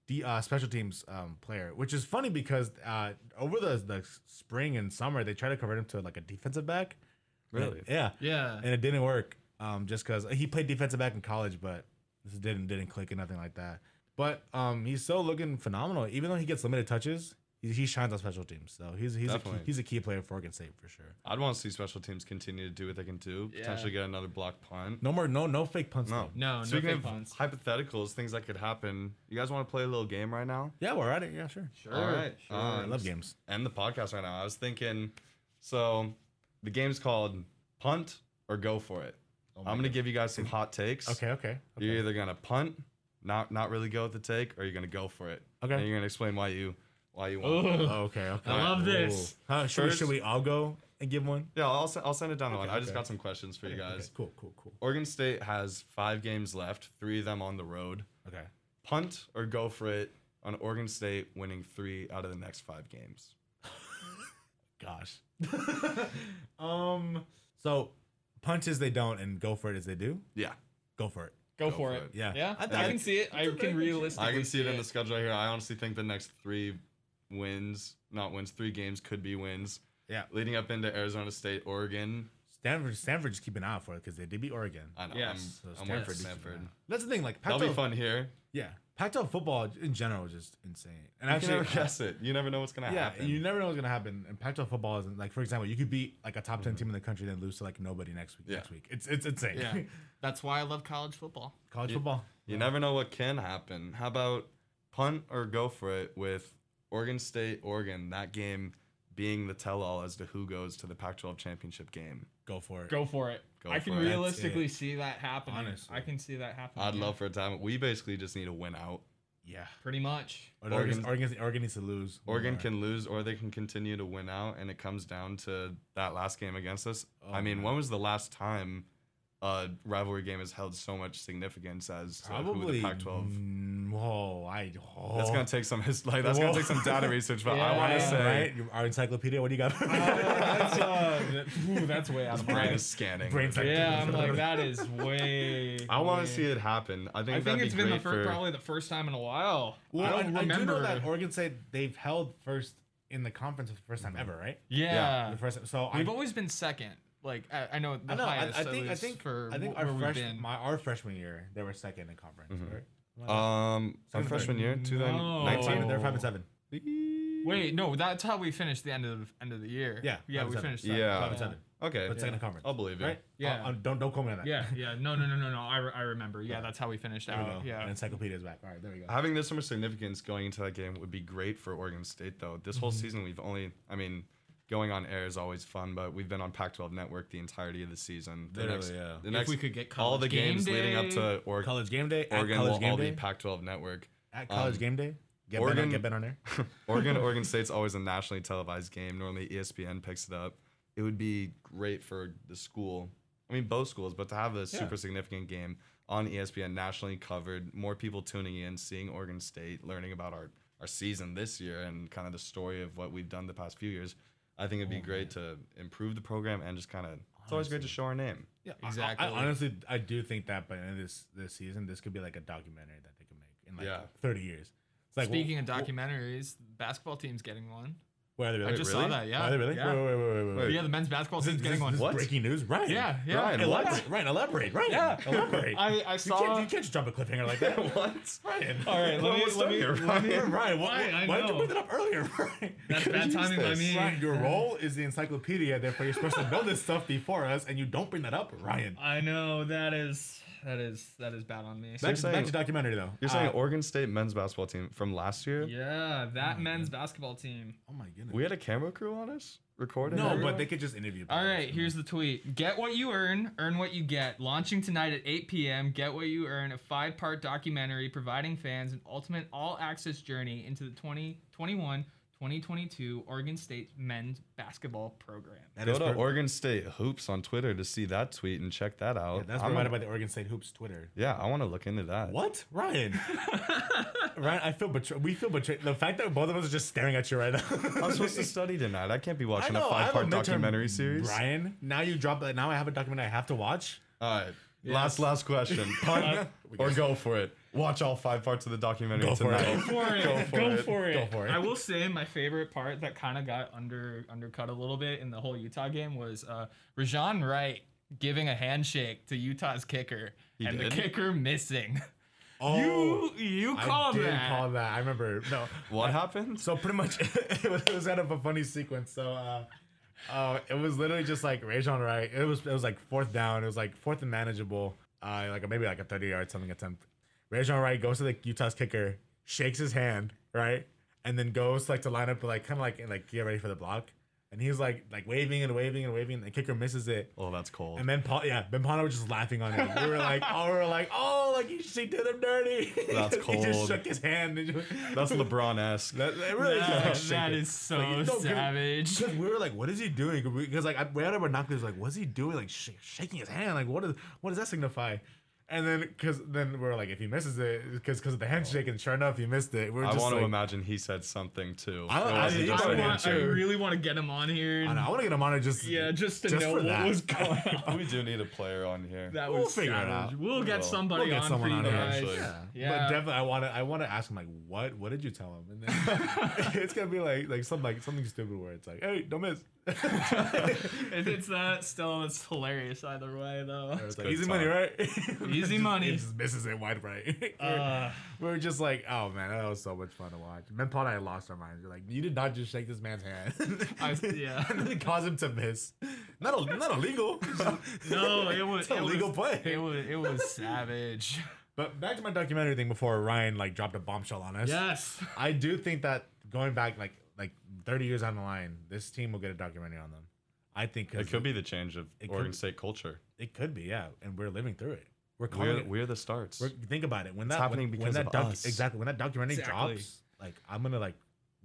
[SPEAKER 3] D, uh, special teams um, player, which is funny because uh, over the, the spring and summer, they tried to convert him to like a defensive back.
[SPEAKER 1] Really?
[SPEAKER 3] Yeah.
[SPEAKER 2] Yeah.
[SPEAKER 3] And it didn't work um, just because he played defensive back in college, but this didn't didn't click and nothing like that. But um, he's still looking phenomenal. Even though he gets limited touches, he, he shines on special teams. So he's he's a key,
[SPEAKER 1] Definitely.
[SPEAKER 3] he's a key player for Oregon State for sure.
[SPEAKER 1] I'd want to see special teams continue to do what they can do. Potentially get another block punt.
[SPEAKER 3] No more no no fake punts.
[SPEAKER 1] No.
[SPEAKER 3] though.
[SPEAKER 2] No, no
[SPEAKER 1] Speaking
[SPEAKER 2] fake
[SPEAKER 1] of
[SPEAKER 2] punts.
[SPEAKER 1] hypotheticals, things that could happen. You guys want to play a little game right now?
[SPEAKER 3] Yeah, we're at it. Yeah, sure.
[SPEAKER 2] Sure.
[SPEAKER 1] All right.
[SPEAKER 2] sure.
[SPEAKER 3] I love games.
[SPEAKER 1] end the podcast right now. I was thinking, so the game's called punt or go for it.
[SPEAKER 3] Oh my
[SPEAKER 1] I'm gonna give you guys some hot takes.
[SPEAKER 3] Okay. Okay. Okay.
[SPEAKER 1] You're either gonna punt, not not really go with the take, or you're gonna go for it.
[SPEAKER 3] Okay.
[SPEAKER 1] And you're gonna explain why you why you want.
[SPEAKER 2] Ooh.
[SPEAKER 3] Oh, okay. Okay.
[SPEAKER 2] I love
[SPEAKER 3] Ooh.
[SPEAKER 2] this.
[SPEAKER 3] Huh, should, we,
[SPEAKER 1] First-
[SPEAKER 3] should we all go and give one?
[SPEAKER 1] Yeah, I'll se- I'll send it down the
[SPEAKER 3] Okay,
[SPEAKER 1] line. I just
[SPEAKER 3] okay.
[SPEAKER 1] got some questions for you
[SPEAKER 3] Okay,
[SPEAKER 1] guys.
[SPEAKER 3] okay, Cool. Cool. Cool.
[SPEAKER 1] Oregon State has five games left, three of them on the road.
[SPEAKER 3] Okay.
[SPEAKER 1] Punt or go for it on Oregon State winning three out of the next five games.
[SPEAKER 3] Gosh. um. So, punch is they don't, and go for it is they do.
[SPEAKER 1] Yeah.
[SPEAKER 3] Go for it.
[SPEAKER 1] Go
[SPEAKER 2] Go, for
[SPEAKER 1] for
[SPEAKER 2] it.
[SPEAKER 1] it.
[SPEAKER 3] Yeah.
[SPEAKER 2] Yeah. I,
[SPEAKER 3] I think-
[SPEAKER 2] can see it. I can realistically.
[SPEAKER 1] I can see it in the schedule right here. I honestly think the next three wins, not wins, three games could be wins.
[SPEAKER 3] Yeah.
[SPEAKER 1] Leading up into Arizona State, Oregon.
[SPEAKER 3] Stanford. Stanford just keep an eye out for it because they did beat Oregon.
[SPEAKER 1] I know.
[SPEAKER 2] Yes.
[SPEAKER 3] So
[SPEAKER 1] I'm, I'm with
[SPEAKER 3] just keep an
[SPEAKER 1] Stanford.
[SPEAKER 3] eye out. That's the thing. Like
[SPEAKER 1] That'll be
[SPEAKER 3] Pac-12.
[SPEAKER 1] fun here.
[SPEAKER 3] Yeah. Pac-12 football in general is just insane.
[SPEAKER 1] You can
[SPEAKER 3] And actually,
[SPEAKER 1] never guess it. You never know what's gonna
[SPEAKER 3] yeah,
[SPEAKER 1] happen.
[SPEAKER 3] you never know what's gonna happen. And Pac-12 football isn't like, for example, you could beat like a top 10 team in the country, then lose to like nobody next week.
[SPEAKER 1] Mm-hmm. Yeah.
[SPEAKER 3] Next week, it's it's insane.
[SPEAKER 2] Yeah. That's why I love college football.
[SPEAKER 3] College
[SPEAKER 1] You-
[SPEAKER 3] football.
[SPEAKER 1] You never know what can happen. How about punt or go for it with Oregon State, Oregon? That game being the tell-all as to who goes to the Pac-12 championship game.
[SPEAKER 3] Go for it.
[SPEAKER 2] Go for it.
[SPEAKER 1] Go
[SPEAKER 2] I
[SPEAKER 1] for
[SPEAKER 2] can
[SPEAKER 1] it. That's
[SPEAKER 2] realistically see that happening.
[SPEAKER 3] Honestly.
[SPEAKER 2] I can see that happening.
[SPEAKER 1] I'd
[SPEAKER 2] yeah.
[SPEAKER 1] love for a time. We basically just need to win out.
[SPEAKER 3] Yeah.
[SPEAKER 2] Pretty much.
[SPEAKER 3] But Oregon,
[SPEAKER 1] Oregon-
[SPEAKER 3] Oregon, Oregon needs to lose. one
[SPEAKER 1] Oregon
[SPEAKER 3] more.
[SPEAKER 1] can lose or they can continue to win out, and it comes down to that last game against us.
[SPEAKER 3] Oh,
[SPEAKER 1] I mean,
[SPEAKER 3] man.
[SPEAKER 1] when was the last time a rivalry game has held so much significance as to who
[SPEAKER 3] probably.
[SPEAKER 1] the Pac-12?
[SPEAKER 3] mm, Whoa, I. Oh.
[SPEAKER 1] That's gonna take some his, like that's
[SPEAKER 3] Whoa.
[SPEAKER 1] gonna take some data research, but I want
[SPEAKER 2] Yeah.
[SPEAKER 1] to say
[SPEAKER 3] right? Your- Our encyclopedia. What do you got?
[SPEAKER 2] that's, uh, ooh, that's way out of my
[SPEAKER 1] brain is scanning.
[SPEAKER 3] Brain scan.
[SPEAKER 2] Yeah, I'm like that is way.
[SPEAKER 1] I want
[SPEAKER 2] way-
[SPEAKER 1] to see it happen. I think
[SPEAKER 2] I think
[SPEAKER 1] that'd
[SPEAKER 2] it's
[SPEAKER 1] be
[SPEAKER 2] been the
[SPEAKER 1] great
[SPEAKER 2] first,
[SPEAKER 1] for.
[SPEAKER 2] probably the first time in a while.
[SPEAKER 3] Well,
[SPEAKER 2] I don't remember.
[SPEAKER 3] know that Oregon State they've held first in the conference for the first time ever, right?
[SPEAKER 2] yeah,
[SPEAKER 3] The first. So I.
[SPEAKER 2] Uh, we've always been second. Like I, I know the
[SPEAKER 3] I know. I,
[SPEAKER 2] highest.
[SPEAKER 3] I
[SPEAKER 2] at
[SPEAKER 3] think. I
[SPEAKER 2] least
[SPEAKER 3] think.
[SPEAKER 2] for
[SPEAKER 3] I think
[SPEAKER 2] wh-
[SPEAKER 3] our
[SPEAKER 2] where we've
[SPEAKER 3] freshman,
[SPEAKER 2] been.
[SPEAKER 3] my our freshman year, they were second in conference.
[SPEAKER 1] Mhm.
[SPEAKER 3] Right?
[SPEAKER 1] Um, our
[SPEAKER 3] Something.
[SPEAKER 1] freshman year,
[SPEAKER 2] No.
[SPEAKER 1] 2019.
[SPEAKER 3] Five- They're five and seven.
[SPEAKER 2] Oh. Wait, no, that's how we finished the end of end of the year.
[SPEAKER 3] Yeah,
[SPEAKER 2] yeah,
[SPEAKER 3] five
[SPEAKER 2] we
[SPEAKER 3] and
[SPEAKER 2] finished.
[SPEAKER 1] seven.
[SPEAKER 2] second.
[SPEAKER 1] Yeah.
[SPEAKER 3] Five and seven.
[SPEAKER 1] Okay,
[SPEAKER 3] But second in conference.
[SPEAKER 1] I'll believe you.
[SPEAKER 3] Right?
[SPEAKER 2] Yeah.
[SPEAKER 3] Uh, uh, don't don't quote me on that.
[SPEAKER 2] yeah, yeah. No, no, no, no, no. I, re- I remember. Yeah, that's how we finished
[SPEAKER 3] There we
[SPEAKER 2] out.
[SPEAKER 3] go.
[SPEAKER 2] Yeah,
[SPEAKER 3] An encyclopedia is back. All right. There we go.
[SPEAKER 1] Having this much significance going into that game would be great for Oregon State, though. This
[SPEAKER 3] Mm-hmm.
[SPEAKER 1] whole season, we've only, I mean, going on air is always fun, but we've been on Pac 12 Network the entirety of the season. The
[SPEAKER 3] Literally,
[SPEAKER 1] next,
[SPEAKER 3] yeah.
[SPEAKER 1] The
[SPEAKER 2] If
[SPEAKER 1] next,
[SPEAKER 2] we could get
[SPEAKER 1] all
[SPEAKER 2] college
[SPEAKER 1] the
[SPEAKER 2] game
[SPEAKER 1] games leading up
[SPEAKER 2] day,
[SPEAKER 1] to Oregon,
[SPEAKER 3] College game day. at
[SPEAKER 1] Oregon
[SPEAKER 3] college
[SPEAKER 1] will
[SPEAKER 3] game
[SPEAKER 1] all
[SPEAKER 3] day.
[SPEAKER 1] be Pac 12 Network.
[SPEAKER 3] At college
[SPEAKER 1] Um,
[SPEAKER 3] game day, get Ben on,
[SPEAKER 1] Oregon-
[SPEAKER 3] get Ben on there.
[SPEAKER 1] Oregon, Oregon State's always a nationally televised game. Normally, E ESPN picks it up. It would be great for the school. I mean, both schools, but to have a super significant game on E ESPN, nationally covered, more people tuning in, seeing Oregon State, learning about our our season this year and kind of the story of what we've done the past few years. I think it'd
[SPEAKER 5] Oh,
[SPEAKER 1] be great to improve the program and just kind of. It's always great to show our name.
[SPEAKER 3] Yeah,
[SPEAKER 2] Exactly.
[SPEAKER 3] I, I honestly, I do think that by the end of this this season, this could be like a documentary that they could make. in like
[SPEAKER 1] Yeah.
[SPEAKER 3] 30 years. It's like
[SPEAKER 2] Speaking of documentaries, basketball team's getting one.
[SPEAKER 3] where are they really?
[SPEAKER 2] I just
[SPEAKER 1] really?
[SPEAKER 2] saw that. Yeah.
[SPEAKER 3] Are they really? Wait,
[SPEAKER 2] Yeah.
[SPEAKER 3] wait, wait, wait, wait, wait.
[SPEAKER 2] Yeah, the men's basketball
[SPEAKER 3] This
[SPEAKER 2] team's
[SPEAKER 3] is
[SPEAKER 2] getting one.
[SPEAKER 3] this is
[SPEAKER 1] What?
[SPEAKER 3] breaking news, right?
[SPEAKER 2] Yeah, yeah.
[SPEAKER 1] Ryan,
[SPEAKER 3] Elaborate, Ryan, elaborate, Ryan.
[SPEAKER 2] Yeah.
[SPEAKER 3] elaborate.
[SPEAKER 2] I, I
[SPEAKER 3] you, can't,
[SPEAKER 2] saw.
[SPEAKER 3] you can't just drop a cliffhanger like that.
[SPEAKER 1] what? What?
[SPEAKER 3] Ryan.
[SPEAKER 5] All right, let me
[SPEAKER 1] What's
[SPEAKER 5] let
[SPEAKER 1] up
[SPEAKER 5] me
[SPEAKER 1] here,
[SPEAKER 3] Ryan,
[SPEAKER 1] Ryan?
[SPEAKER 3] Ryan, why,
[SPEAKER 5] Ryan, I
[SPEAKER 3] why did you
[SPEAKER 5] know.
[SPEAKER 3] bring that up earlier, Ryan?
[SPEAKER 5] That's
[SPEAKER 1] Could've
[SPEAKER 5] bad
[SPEAKER 1] used
[SPEAKER 5] timing by
[SPEAKER 1] this.
[SPEAKER 5] me.
[SPEAKER 3] Ryan, your role is the encyclopedia. Therefore, you're supposed to know this stuff before us, and you don't bring that up, Ryan.
[SPEAKER 5] I know that is
[SPEAKER 2] That is that is bad on me.
[SPEAKER 1] you're
[SPEAKER 3] Back to, back
[SPEAKER 1] saying-
[SPEAKER 3] to documentary though.
[SPEAKER 1] You're
[SPEAKER 3] Uh,
[SPEAKER 1] saying Oregon State men's basketball team from last year?
[SPEAKER 2] Yeah, that men's basketball team.
[SPEAKER 3] oh my goodness.
[SPEAKER 1] We had a camera crew on us recording.
[SPEAKER 3] no,
[SPEAKER 1] everyone?
[SPEAKER 3] but they could just interview.
[SPEAKER 2] All right, here's the tweet. Get what you earn, earn what you get. Launching tonight at 8 p.m. Get what you earn, a five-part documentary providing fans an ultimate all-access journey into the 2021-2022 Oregon State men's basketball program.
[SPEAKER 3] That
[SPEAKER 1] go
[SPEAKER 3] is
[SPEAKER 1] to
[SPEAKER 3] per-
[SPEAKER 1] Oregon State hoops on Twitter to see that tweet and check that out.
[SPEAKER 3] Yeah, that's
[SPEAKER 1] I'm a-
[SPEAKER 3] provided by the Oregon State Hoops Twitter.
[SPEAKER 1] yeah, I want to look into that.
[SPEAKER 3] What, Ryan? Ryan, I feel betrayed. We feel betrayed. The fact that both of us are just staring at you right now.
[SPEAKER 1] I'm supposed to study tonight. I can't be
[SPEAKER 3] I
[SPEAKER 1] watching
[SPEAKER 3] know,
[SPEAKER 1] a
[SPEAKER 3] I have
[SPEAKER 1] five-part
[SPEAKER 3] midterm,
[SPEAKER 1] documentary series.
[SPEAKER 3] Ryan, now you drop that. Now I have a documentary I have to watch.
[SPEAKER 1] All right. Last last question. Punt or go for it. Watch all five parts of the documentary
[SPEAKER 3] Go for it.
[SPEAKER 1] tonight. Go for it.
[SPEAKER 3] Go for
[SPEAKER 2] I
[SPEAKER 3] it.
[SPEAKER 2] will say my favorite part that kind of got under undercut a little bit in the whole Utah game was uh, Rajon Wright giving a handshake to Utah's kicker and
[SPEAKER 1] did?
[SPEAKER 2] the kicker missing.
[SPEAKER 3] Oh,
[SPEAKER 2] you you called
[SPEAKER 3] I did
[SPEAKER 2] that.
[SPEAKER 3] call that. I remember. No.
[SPEAKER 1] What happened?
[SPEAKER 3] So pretty much, it was, it was kind of a funny sequence. So, uh, uh, it was literally just like Rajon Wright. It was it was like fourth down. It was like fourth and manageable. Uh, like maybe like a thirty yard something attempt. Rajon Wright goes to the Utah's kicker, shakes his hand, right, and then goes like to line up, like kind of like and, like get ready for the block. And he's like like waving and waving and waving, and the kicker misses it.
[SPEAKER 1] Oh, that's cold.
[SPEAKER 3] And then Paul, yeah, Ben Pono was just laughing on him. We were like, oh, we were like, oh, like he, she did him dirty.
[SPEAKER 1] That's
[SPEAKER 3] he just
[SPEAKER 1] cold.
[SPEAKER 3] shook his hand. And just,
[SPEAKER 1] That's LeBron-esque.
[SPEAKER 3] that, that really is
[SPEAKER 2] That-
[SPEAKER 3] like shaking.
[SPEAKER 2] that is so
[SPEAKER 3] Like, you don't give-
[SPEAKER 2] savage.
[SPEAKER 3] Because we were like, what is he doing? Because like I we had our binoculars, like, what's he doing? Like sh- shaking his hand. Like what is what does that signify? And then because then we are like, if he misses it, because because of the handshake, and sure enough, he missed it. We We're
[SPEAKER 1] I
[SPEAKER 3] just
[SPEAKER 1] want to
[SPEAKER 3] like,
[SPEAKER 1] imagine he said something too.
[SPEAKER 3] I-
[SPEAKER 1] It
[SPEAKER 3] I-
[SPEAKER 1] wasn't
[SPEAKER 3] I
[SPEAKER 1] just
[SPEAKER 2] I,
[SPEAKER 1] an
[SPEAKER 3] wanna-
[SPEAKER 2] want, I
[SPEAKER 1] answer.
[SPEAKER 2] really want to get him on here.
[SPEAKER 3] I,
[SPEAKER 2] and-
[SPEAKER 3] know, I want to get him on it just
[SPEAKER 2] yeah, just to
[SPEAKER 3] Just
[SPEAKER 2] know
[SPEAKER 3] for
[SPEAKER 2] what
[SPEAKER 3] that.
[SPEAKER 2] was going on.
[SPEAKER 1] We do need a player on here.
[SPEAKER 2] That
[SPEAKER 3] We'll
[SPEAKER 2] was
[SPEAKER 3] figure it
[SPEAKER 2] savage.
[SPEAKER 3] out.
[SPEAKER 2] We'll get
[SPEAKER 1] We'll-
[SPEAKER 2] somebody
[SPEAKER 3] we'll get
[SPEAKER 2] on
[SPEAKER 3] someone
[SPEAKER 2] for you
[SPEAKER 3] on
[SPEAKER 1] here,
[SPEAKER 2] guys.
[SPEAKER 1] actually.
[SPEAKER 3] Yeah. But
[SPEAKER 2] Yeah.
[SPEAKER 3] definitely, I want to. I want to ask him like, what? What did you tell him? And then it's gonna be like, like some like something stupid where it's like, hey, don't miss.
[SPEAKER 2] If it's that, still, it's hilarious either way, though.
[SPEAKER 3] It's
[SPEAKER 1] good
[SPEAKER 3] like, easy money,
[SPEAKER 1] time.
[SPEAKER 3] right?
[SPEAKER 2] Easy money.
[SPEAKER 3] It just misses it wide right.
[SPEAKER 2] Uh,
[SPEAKER 3] we were just like, oh man, that was so much fun to watch. Man, Paul and I lost our minds. We're like, you did not just shake this man's hand.
[SPEAKER 2] I- yeah.
[SPEAKER 3] and then cause him to miss. Not a, not illegal.
[SPEAKER 2] no, it was
[SPEAKER 3] it's a
[SPEAKER 2] it
[SPEAKER 3] legal
[SPEAKER 2] was,
[SPEAKER 3] play.
[SPEAKER 2] It was it was savage.
[SPEAKER 3] But back to my documentary thing before Ryan like dropped a bombshell on us.
[SPEAKER 2] Yes.
[SPEAKER 3] I do think that going back like like 30 years down the line, this team will get a documentary on them. I think 'cause
[SPEAKER 1] It could be the change of
[SPEAKER 3] It could
[SPEAKER 1] Oregon
[SPEAKER 3] be.
[SPEAKER 1] State culture.
[SPEAKER 3] It could be, yeah. And we're living through it. We're calling
[SPEAKER 1] We're,
[SPEAKER 3] it.
[SPEAKER 1] we're the starts.
[SPEAKER 3] we're- think about it. When
[SPEAKER 1] It's
[SPEAKER 3] that
[SPEAKER 1] happening
[SPEAKER 3] when, when
[SPEAKER 1] because
[SPEAKER 3] that
[SPEAKER 1] of
[SPEAKER 3] doc-
[SPEAKER 1] us.
[SPEAKER 3] exactly when that documentary
[SPEAKER 2] Exactly.
[SPEAKER 3] drops, like I'm gonna like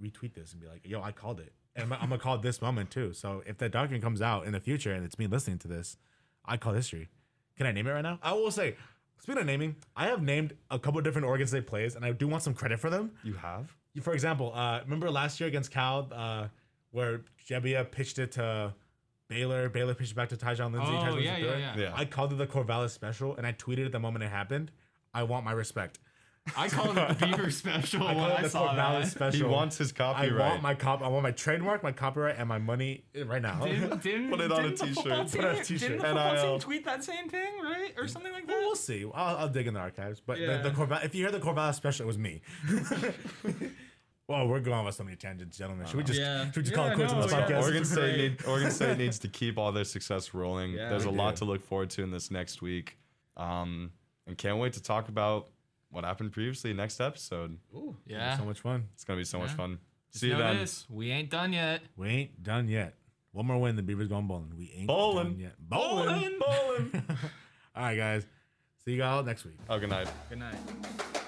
[SPEAKER 3] retweet this and be like, "Yo, I called it," and I'm, I'm gonna call this moment too. So if that document comes out in the future and it's me listening to this, I call history. Can I name it right now? I will say. Speaking of naming, I have named a couple different Oregon State plays, and I do want some credit for them.
[SPEAKER 1] You have?
[SPEAKER 3] You- For example, uh, remember last year against Cal, uh, where Jebbia pitched it to Baylor, Baylor pitched it back to Tyjon Lindsey. Tyjon
[SPEAKER 2] Oh
[SPEAKER 3] Lindsey
[SPEAKER 2] yeah,
[SPEAKER 3] threw
[SPEAKER 2] yeah,
[SPEAKER 3] it?
[SPEAKER 2] yeah.
[SPEAKER 1] Yeah.
[SPEAKER 3] I called it the Corvallis special, and I tweeted it the moment it happened. I want my respect.
[SPEAKER 2] I called it the Beaver Special
[SPEAKER 3] I
[SPEAKER 2] when
[SPEAKER 3] called it
[SPEAKER 2] Oh, I
[SPEAKER 3] the
[SPEAKER 2] saw
[SPEAKER 3] Corvallis
[SPEAKER 2] that.
[SPEAKER 3] special.
[SPEAKER 1] he wants his
[SPEAKER 3] I
[SPEAKER 1] copyright.
[SPEAKER 3] want my cop. I want my trademark, my copyright, and my money right now.
[SPEAKER 2] Didn't, didn't,
[SPEAKER 1] Put it on a
[SPEAKER 2] didn't the football
[SPEAKER 1] t-shirt.
[SPEAKER 3] Put
[SPEAKER 2] Team,
[SPEAKER 3] it on a
[SPEAKER 2] Didn't
[SPEAKER 3] t-shirt.
[SPEAKER 2] the football
[SPEAKER 1] NIL.
[SPEAKER 2] team tweet that same thing, right, or something like
[SPEAKER 3] Well,
[SPEAKER 2] that?
[SPEAKER 3] we'll see. I'll, I'll dig in the archives. But
[SPEAKER 2] Yeah.
[SPEAKER 3] the, the Corvallis, if you hear the Corvallis special, it was me. well, we're going with so many tangents, gentlemen. Should we just
[SPEAKER 2] Yeah.
[SPEAKER 3] should we just call
[SPEAKER 2] Yeah,
[SPEAKER 3] it quits on
[SPEAKER 2] no,
[SPEAKER 3] this
[SPEAKER 2] yeah.
[SPEAKER 3] podcast?
[SPEAKER 1] Oregon State
[SPEAKER 2] great.
[SPEAKER 1] need, Oregon State needs to keep all their success rolling.
[SPEAKER 2] Yeah,
[SPEAKER 1] There's a
[SPEAKER 3] we
[SPEAKER 1] lot
[SPEAKER 3] do.
[SPEAKER 1] to look forward to in this next week, um, and can't wait to talk about what happened previously next episode.
[SPEAKER 2] Yeah.
[SPEAKER 3] So much fun.
[SPEAKER 1] It's gonna be so much
[SPEAKER 2] Yeah.
[SPEAKER 1] fun.
[SPEAKER 2] Just
[SPEAKER 1] See you
[SPEAKER 2] know
[SPEAKER 1] then.
[SPEAKER 2] this, we ain't done yet.
[SPEAKER 3] We ain't done yet. One more win, the Beavers going bowling. We ain't
[SPEAKER 1] Bowling.
[SPEAKER 3] done yet. Bowling. Bowling. All right, guys. See you all next week.
[SPEAKER 1] Oh, good night.
[SPEAKER 2] Good night.